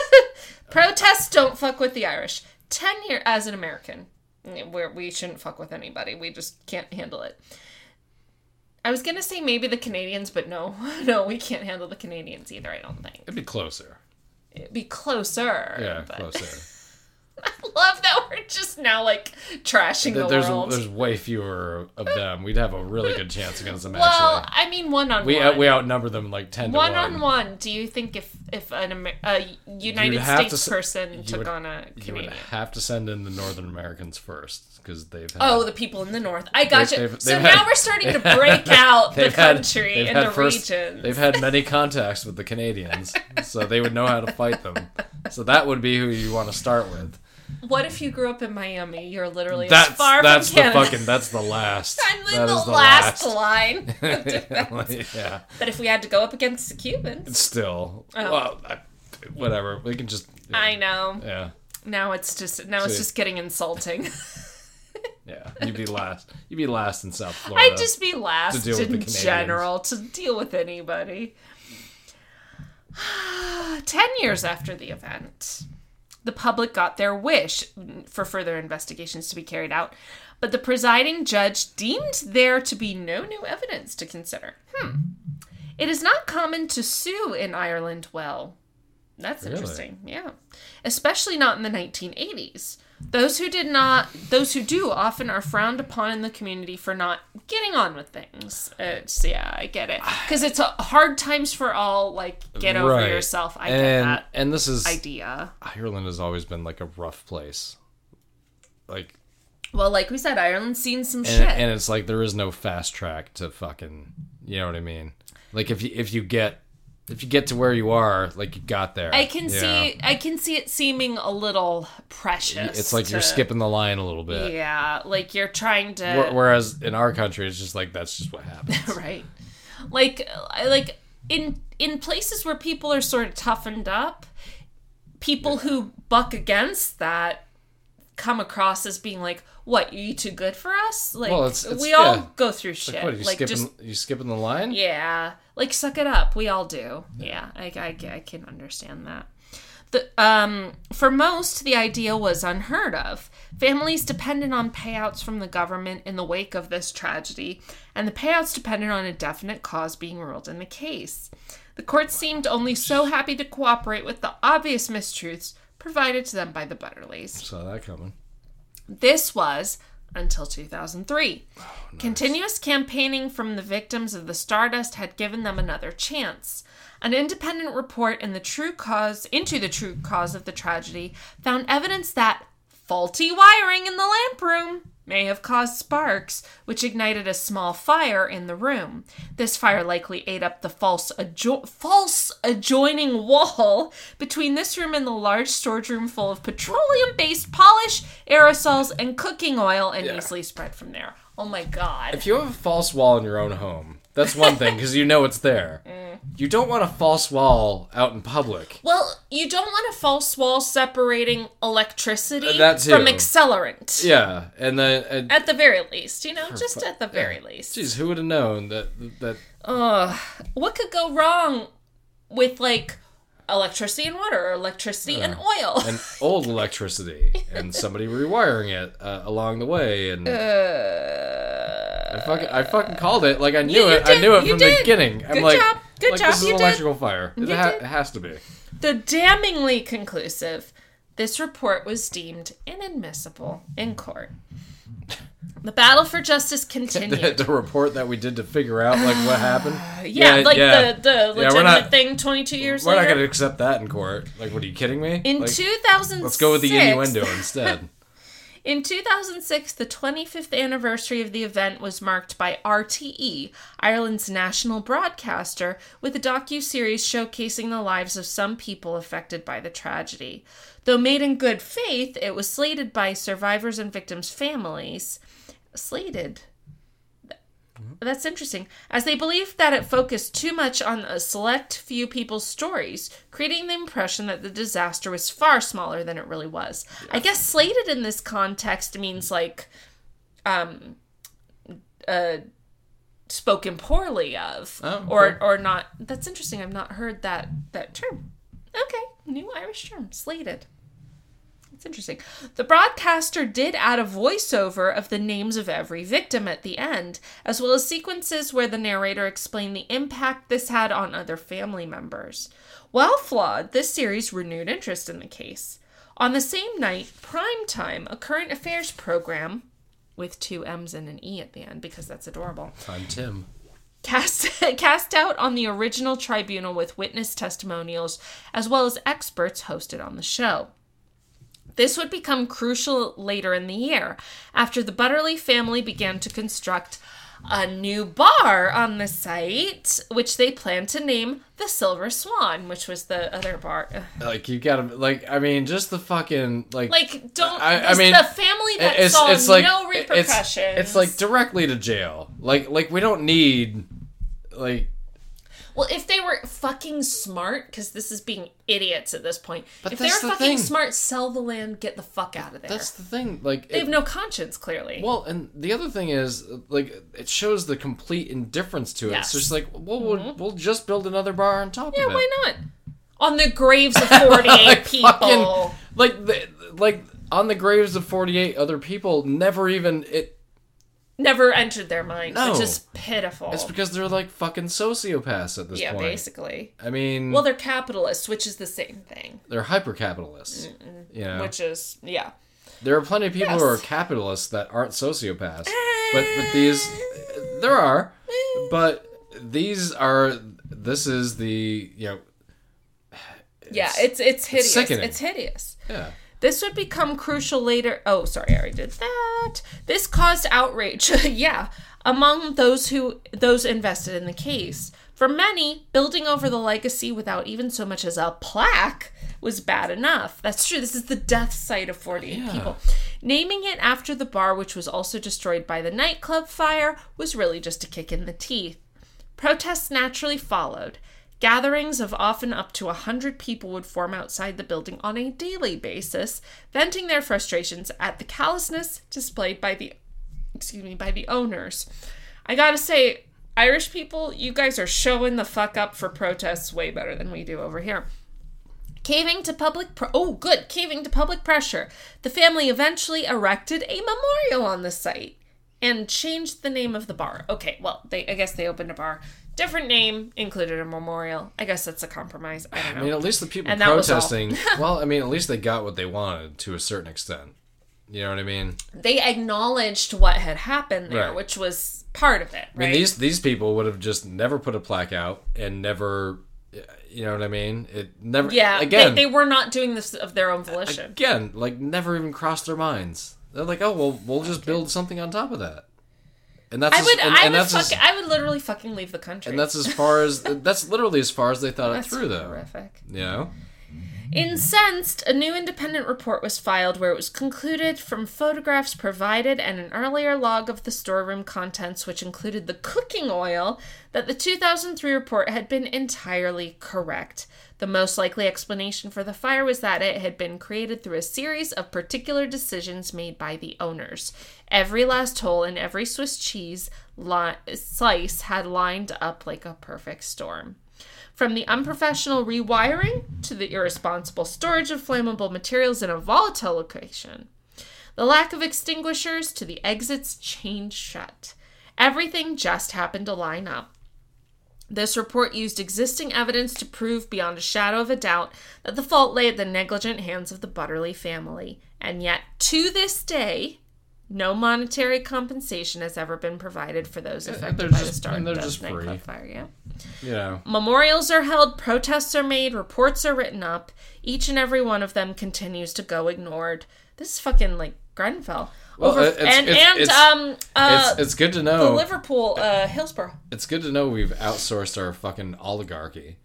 protests don't fuck with the Irish. Ten year as an American, where we shouldn't fuck with anybody. We just can't handle it. I was gonna say maybe the Canadians, but no, [LAUGHS] no, we can't handle the Canadians either. I don't think [LAUGHS] it'd be closer. it'd be closer. Yeah, but- [LAUGHS] closer. Love that we're just now like trashing the Th- there's world. there's way fewer of them. We'd have a really good chance against them. well, actually, I mean, one on we one. out we outnumber them like ten one to one. on one. Do you think if if an Amer- a United You'd have to States s- person you took would- on a You would Canadian? have to send in the Northern Americans first because they've had, Oh, the people in the north. I gotcha. they've- so they've now had- we're starting [LAUGHS] to break out the they've had- country they've and had the first- regions. They've had many contacts with the Canadians, so they would know how to fight them. So that would be who you want to start with. What if you grew up in Miami? You're literally That's as far that's from the Canada. fucking that's the last. [LAUGHS] I'm in That the, is last, line. [LAUGHS] yeah, but if we had to go up against the Cubans, still. Oh. Well, I, whatever. We can just. I know. Yeah. Now it's just now it's See. just getting Uh, insulting. [LAUGHS] Yeah, you'd be last. You'd be last in South Florida. I'd just be last deal with the in Canadians. general to deal with anybody. [SIGHS] Ten years after the event, the public got their wish for further investigations to be carried out, but the presiding judge deemed there to be no new evidence to consider. Hmm. It is not common to sue in Ireland well. That's Really? interesting. Yeah. Especially not in the 1980s. Those who did not, those who do often are frowned upon in the community for not getting on with things. It's, yeah, I get it. Because it's a hard times for all, like, get over Right. yourself. I get and that and this is idea. Ireland has always been like a rough place, like Well, like we said, Ireland's seen some and, shit. and it's like there is no fast track to fucking You know what I mean? Like if you if you get if you get to where you are, like you got there. I can you know? see I can see it seeming a little precious. It's like you're to- skipping the line a little bit. Yeah, like you're trying to Wh- Whereas in our country, it's just like that's just [LAUGHS] what happens. right. Like I- like in in places where people are sort of toughened up, people who buck against that come across as being like, "What? You too good for us?" Like Well, it's- it's- we all yeah. go through shit. What are you Like skipping? just you skipping the line? Yeah, like suck it up. We all do. Yeah, I, I, I can understand that. The um for most the idea was unheard of. Families depended on payouts from the government in the wake of this tragedy, and the payouts depended on a definite cause being ruled in the case. The courts seemed only so happy to cooperate with the obvious mistruths provided to them by the Butterleys. Saw that coming. This was until 2003. Continuous campaigning from the victims of the Stardust had given them another chance. An independent report in the true cause into the true cause of the tragedy found evidence that faulty wiring in the lamp room may have caused sparks which ignited a small fire in the room. This fire likely ate up the false adjo- false adjoining wall between this room and the large storage room full of petroleum-based polish, aerosols, and cooking oil and easily spread from there. Oh my god. If you have a false wall in your own home, that's one thing because you know it's [LAUGHS] there. Mm. You don't want a false wall out in public. Well, you don't want a false wall separating electricity Uh, That too. from accelerant. Yeah, and then and, At the very least, you know, just at the very least. geez, who would have known that that Ugh. What could go wrong with like electricity and water or electricity and oil? an old electricity and somebody rewiring it uh, along the way and Uh, I fucking I fucking called it like I knew you it I did, knew it you from the did. beginning. I'm Good like, job, good like job, this is you an did. electrical fire. It, You ha- did. it has to be. Though damningly conclusive, this report was deemed inadmissible in court. The battle for [LAUGHS] justice The, continued. the report that we did to figure out like what happened. Uh, yeah, like yeah. the the we're legitimate not- thing. Twenty two years We're not later. going to accept that in court. Like, what are you kidding me? in Like, 2006, let's go with the innuendo [LAUGHS] instead. In 2006, the 25th anniversary of the event was marked by RTE, Ireland's national broadcaster, with a docu-series showcasing the lives of some people affected by the tragedy. Though made in good faith, it was slated by survivors and victims' families. Slated. That's interesting, as they believed that it focused too much on a select few people's stories, creating the impression that the disaster was far smaller than it really was. I guess slated in this context means like, um, uh, spoken poorly of, Oh, or or not. That's interesting. I've not heard that that term. Okay, new Irish term, slated. It's interesting. The broadcaster did add a voiceover of the names of every victim at the end, as well as sequences where the narrator explained the impact this had on other family members. While flawed, this series renewed interest in the case. On the same night, Primetime, a current affairs program with two M's and an E at the end because that's adorable, I'm Tim. cast [LAUGHS] cast out on the original tribunal with witness testimonials as well as experts hosted on the show. This would become crucial later in the year after the Butterley family began to construct a new bar on the site, which they planned to name the Silver Swan, which was the other bar. Ugh. Like, you gotta, like, I mean, just the fucking, like, Like, don't. I- I this- mean, the family that it's, saw it's like, no it's- repercussions. It's, like directly to jail. Like, like we don't need, like, Well, if they were fucking smart, because this is being idiots at this point. if they were that's the fucking thing. smart, sell the land, get the fuck out of there. that's the thing. Like, they have it, no conscience, clearly. well, and the other thing is, like, it shows the complete indifference to it. Yes. Mm-hmm. It's just like, well, we'll, we'll just build another bar on top yeah, of it. why not? On the graves [LAUGHS] of 48 people. Fucking, like, the, like on the graves of forty-eight other people, never even it Never entered their mind, No. which is pitiful. It's because they're like fucking sociopaths at this yeah, point. basically. I mean, Well, they're, they're capitalists, which is the same thing. hyper capitalists. You know, Which is, yeah. there are plenty of people who are Yes. capitalists that aren't sociopaths. But but these, there are. But these are. This is the you know yeah, it's it's hideous. sickening. It's hideous. yeah. This would become crucial later. Oh, sorry, I already did that. This caused outrage. [LAUGHS] yeah, among those who those invested in the case. For many, building over the legacy without even so much as a plaque was bad enough. That's true. This is the death site of 48 people. Naming it after the bar, which was also destroyed by the nightclub fire, was really just a kick in the teeth. Protests naturally followed. Gatherings of often up to a 100 people would form outside the building on a daily basis, venting their frustrations at the callousness displayed by the excuse me, by the owners. I got to say Irish people, you guys are showing the fuck up for protests way better than we do over here. Caving to public pr oh good, caving to public pressure. The family eventually erected a memorial on the site and changed the name of the bar. Okay, well, they I guess they opened a bar, different name, included a memorial. I guess that's a compromise. I I don't mean, know. at least the people And that was all. [LAUGHS] protesting. well, I mean, at least they got what they wanted to a certain extent. You know what I mean? They acknowledged what had happened there, Right. which was part of it, I right? mean, these these people would have just never put a plaque out and never, you know what I mean? It never. yeah, Again, they, they were not doing this of their own volition. again, like never even crossed their minds. They're like, oh well, we'll just build something on top of that. And that's I as- would, and, I and would, that's as, fuck, I would literally fucking leave the country. and that's as far as that's literally as far as they thought That's it through, though. horrific. You know. Incensed, a new independent report was filed where it was concluded from photographs provided and an earlier log of the storeroom contents, which included the cooking oil, that the 2003 report had been entirely correct. The most likely explanation for the fire was that it had been created through a series of particular decisions made by the owners. Every last hole in every Swiss cheese li- slice had lined up like a perfect storm. From the unprofessional rewiring to the irresponsible storage of flammable materials in a volatile location, the lack of extinguishers to the exits chained shut. Everything just happened to line up. This report used existing evidence to prove beyond a shadow of a doubt that the fault lay at the negligent hands of the Butterley family. And yet, to this day, no monetary compensation has ever been provided for those affected they're by the just- Star and they're Dust just free. nightclub fire. Yeah. You know. Memorials are held, protests are made, reports are written up. Each and every one of them continues to go ignored. This is fucking like Grenfell. Well, Over, it's- and it's- and it's- um uh it's, it's good to the know. Liverpool uh Hillsborough. [LAUGHS] it's good to know we've outsourced our fucking oligarchy.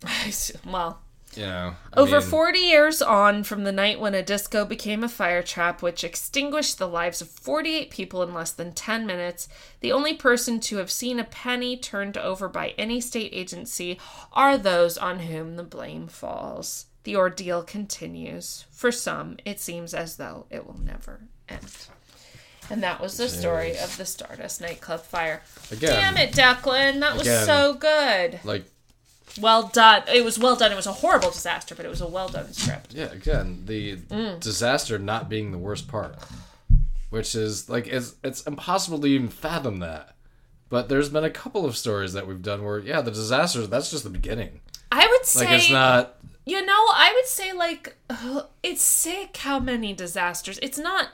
well, You know. I Over mean, 40 years on from the night when a disco became a fire trap, which extinguished the lives of 48 people in less than 10 minutes, the only person to have seen a penny turned over by any state agency are those on whom the blame falls. The ordeal continues. For some, it seems as though it will never end. And that was the story of the Stardust nightclub fire. Again. Damn it, Declan. That was Again. so good. Like Well done. It was well done. It was a horrible disaster, but it was a well done script. yeah, again, the Mm. disaster not being the worst part, which is like it's it's impossible to even fathom that. But there's been a couple of stories that we've done where yeah, the disaster that's just the beginning. I would say, Like it's not you know, I would say like [SIGHS] ugh, it's sick how many disasters. It's not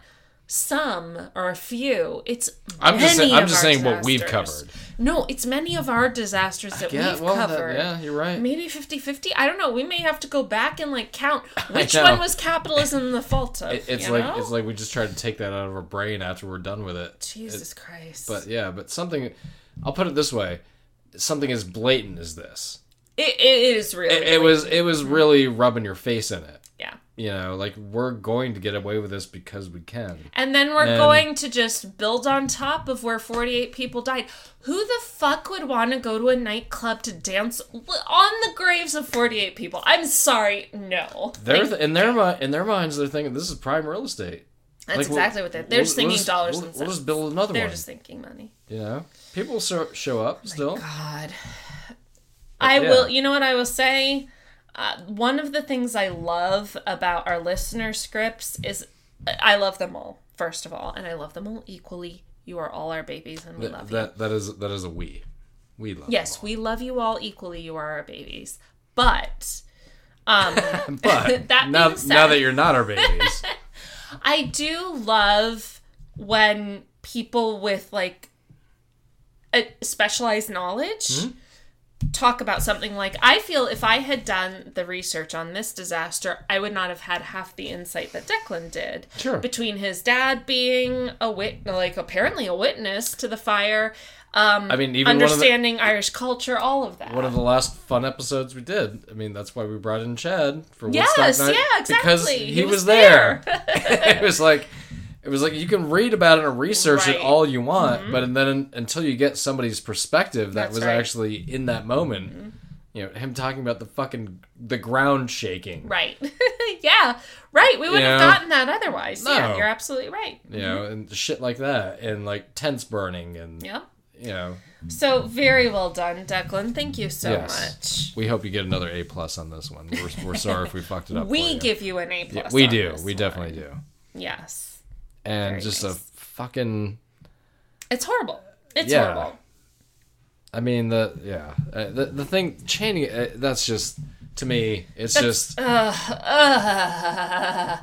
some or a few. It's I'm just many saying, I'm of just our saying what we've disasters. covered. No, it's many of our disasters that Yeah, we've well, that- covered. yeah, you're right. Maybe 50-50. I don't know. We may have to go back and like [LAUGHS] count which know. one was capitalism the fault of. It- It's you like know? it's like we just try to take that out of our brain after we're done with it. Jesus Christ. But yeah, but something I'll put it this way, something as blatant as this. it, it is really It, it was it was really rubbing your face in it. yeah. You know, like we're going to get away with this because we can. And then we're And- going to just build on top of where 48 people died. Who the fuck would want to go to a nightclub to dance li- on the graves of 48 people? I'm sorry, no. They're in their mi- in their minds they're thinking this is prime real estate. That's Like, we'll- exactly what they're They're we'll- just we'll thinking just- dollars we'll- and We'll cents. just build another They're one. just thinking money. You know, people so, show up still. God. I yeah. will, you know what I will say? Uh, one of the things I love about our listener scripts is I love them all, first of all, and I love them all equally. You are all our babies and we love you. That that is that is a we. We love. Yes, we love you all equally. You are our babies. But them. [LAUGHS] But That now, being said- now that you're not our babies, I do love when Hmm? people with like a specialized knowledge talk about something like I feel if I had done the research on this disaster, I would not have had half the insight that Declan did. Sure. Between his dad being a wit, like apparently a witness to the fire, um, I mean, even one of the- understanding Irish culture, all of that. One of the last fun episodes we did. I mean, that's why we brought in Chad for yes, Woodstock Night. yeah, exactly. Because he, was, there. [LAUGHS] [LAUGHS] it was like, it was like you can read about it and research it Right. Mm-hmm. all you want, but then until you get somebody's perspective that That's was right. Mm-hmm. actually in that moment, you know, him talking about the fucking the ground shaking. Right. [LAUGHS] yeah. Right. We wouldn't have Yeah. gotten that otherwise. Yeah, No. you're absolutely right. You know, and shit like that, and like tents burning, and Mm-hmm. Yeah. you know, So very well done, Declan. Thank you so Yes. we hope you get another A plus on this one. We're, we're sorry if we fucked it up. much. [LAUGHS] for We you. give you an A plus. Yeah, we on do, this we one. definitely do. Yes. and Very just a nice. fucking It's horrible. It's Yeah. horrible. i mean the yeah uh, the, the thing cheney uh, that's just to me it's just uh, [LAUGHS]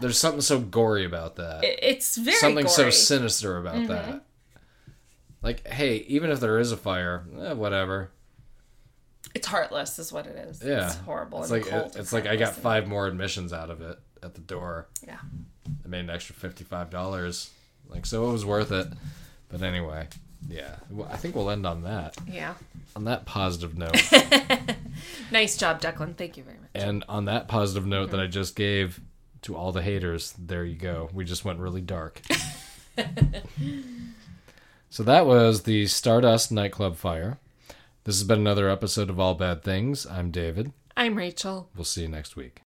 there's something so gory about that I- It's very something so gory. Mm-hmm. sinister about that like hey even if there is a fire eh, whatever it's heartless, is what it is. yeah It's horrible. it's and like cold and it's like i got heartless five more admissions out of it at the door and- Yeah. i made an extra $55 like so it was worth it but anyway yeah well, i think we'll end on that Yeah. on that positive note Nice job, Declan. Thank you very much. And on that positive note that I just gave to all the haters, there you go. We just went really dark. so that was the Stardust Nightclub Fire. This has been another episode of All Bad Things. I'm David. I'm Rachel. We'll see you next week.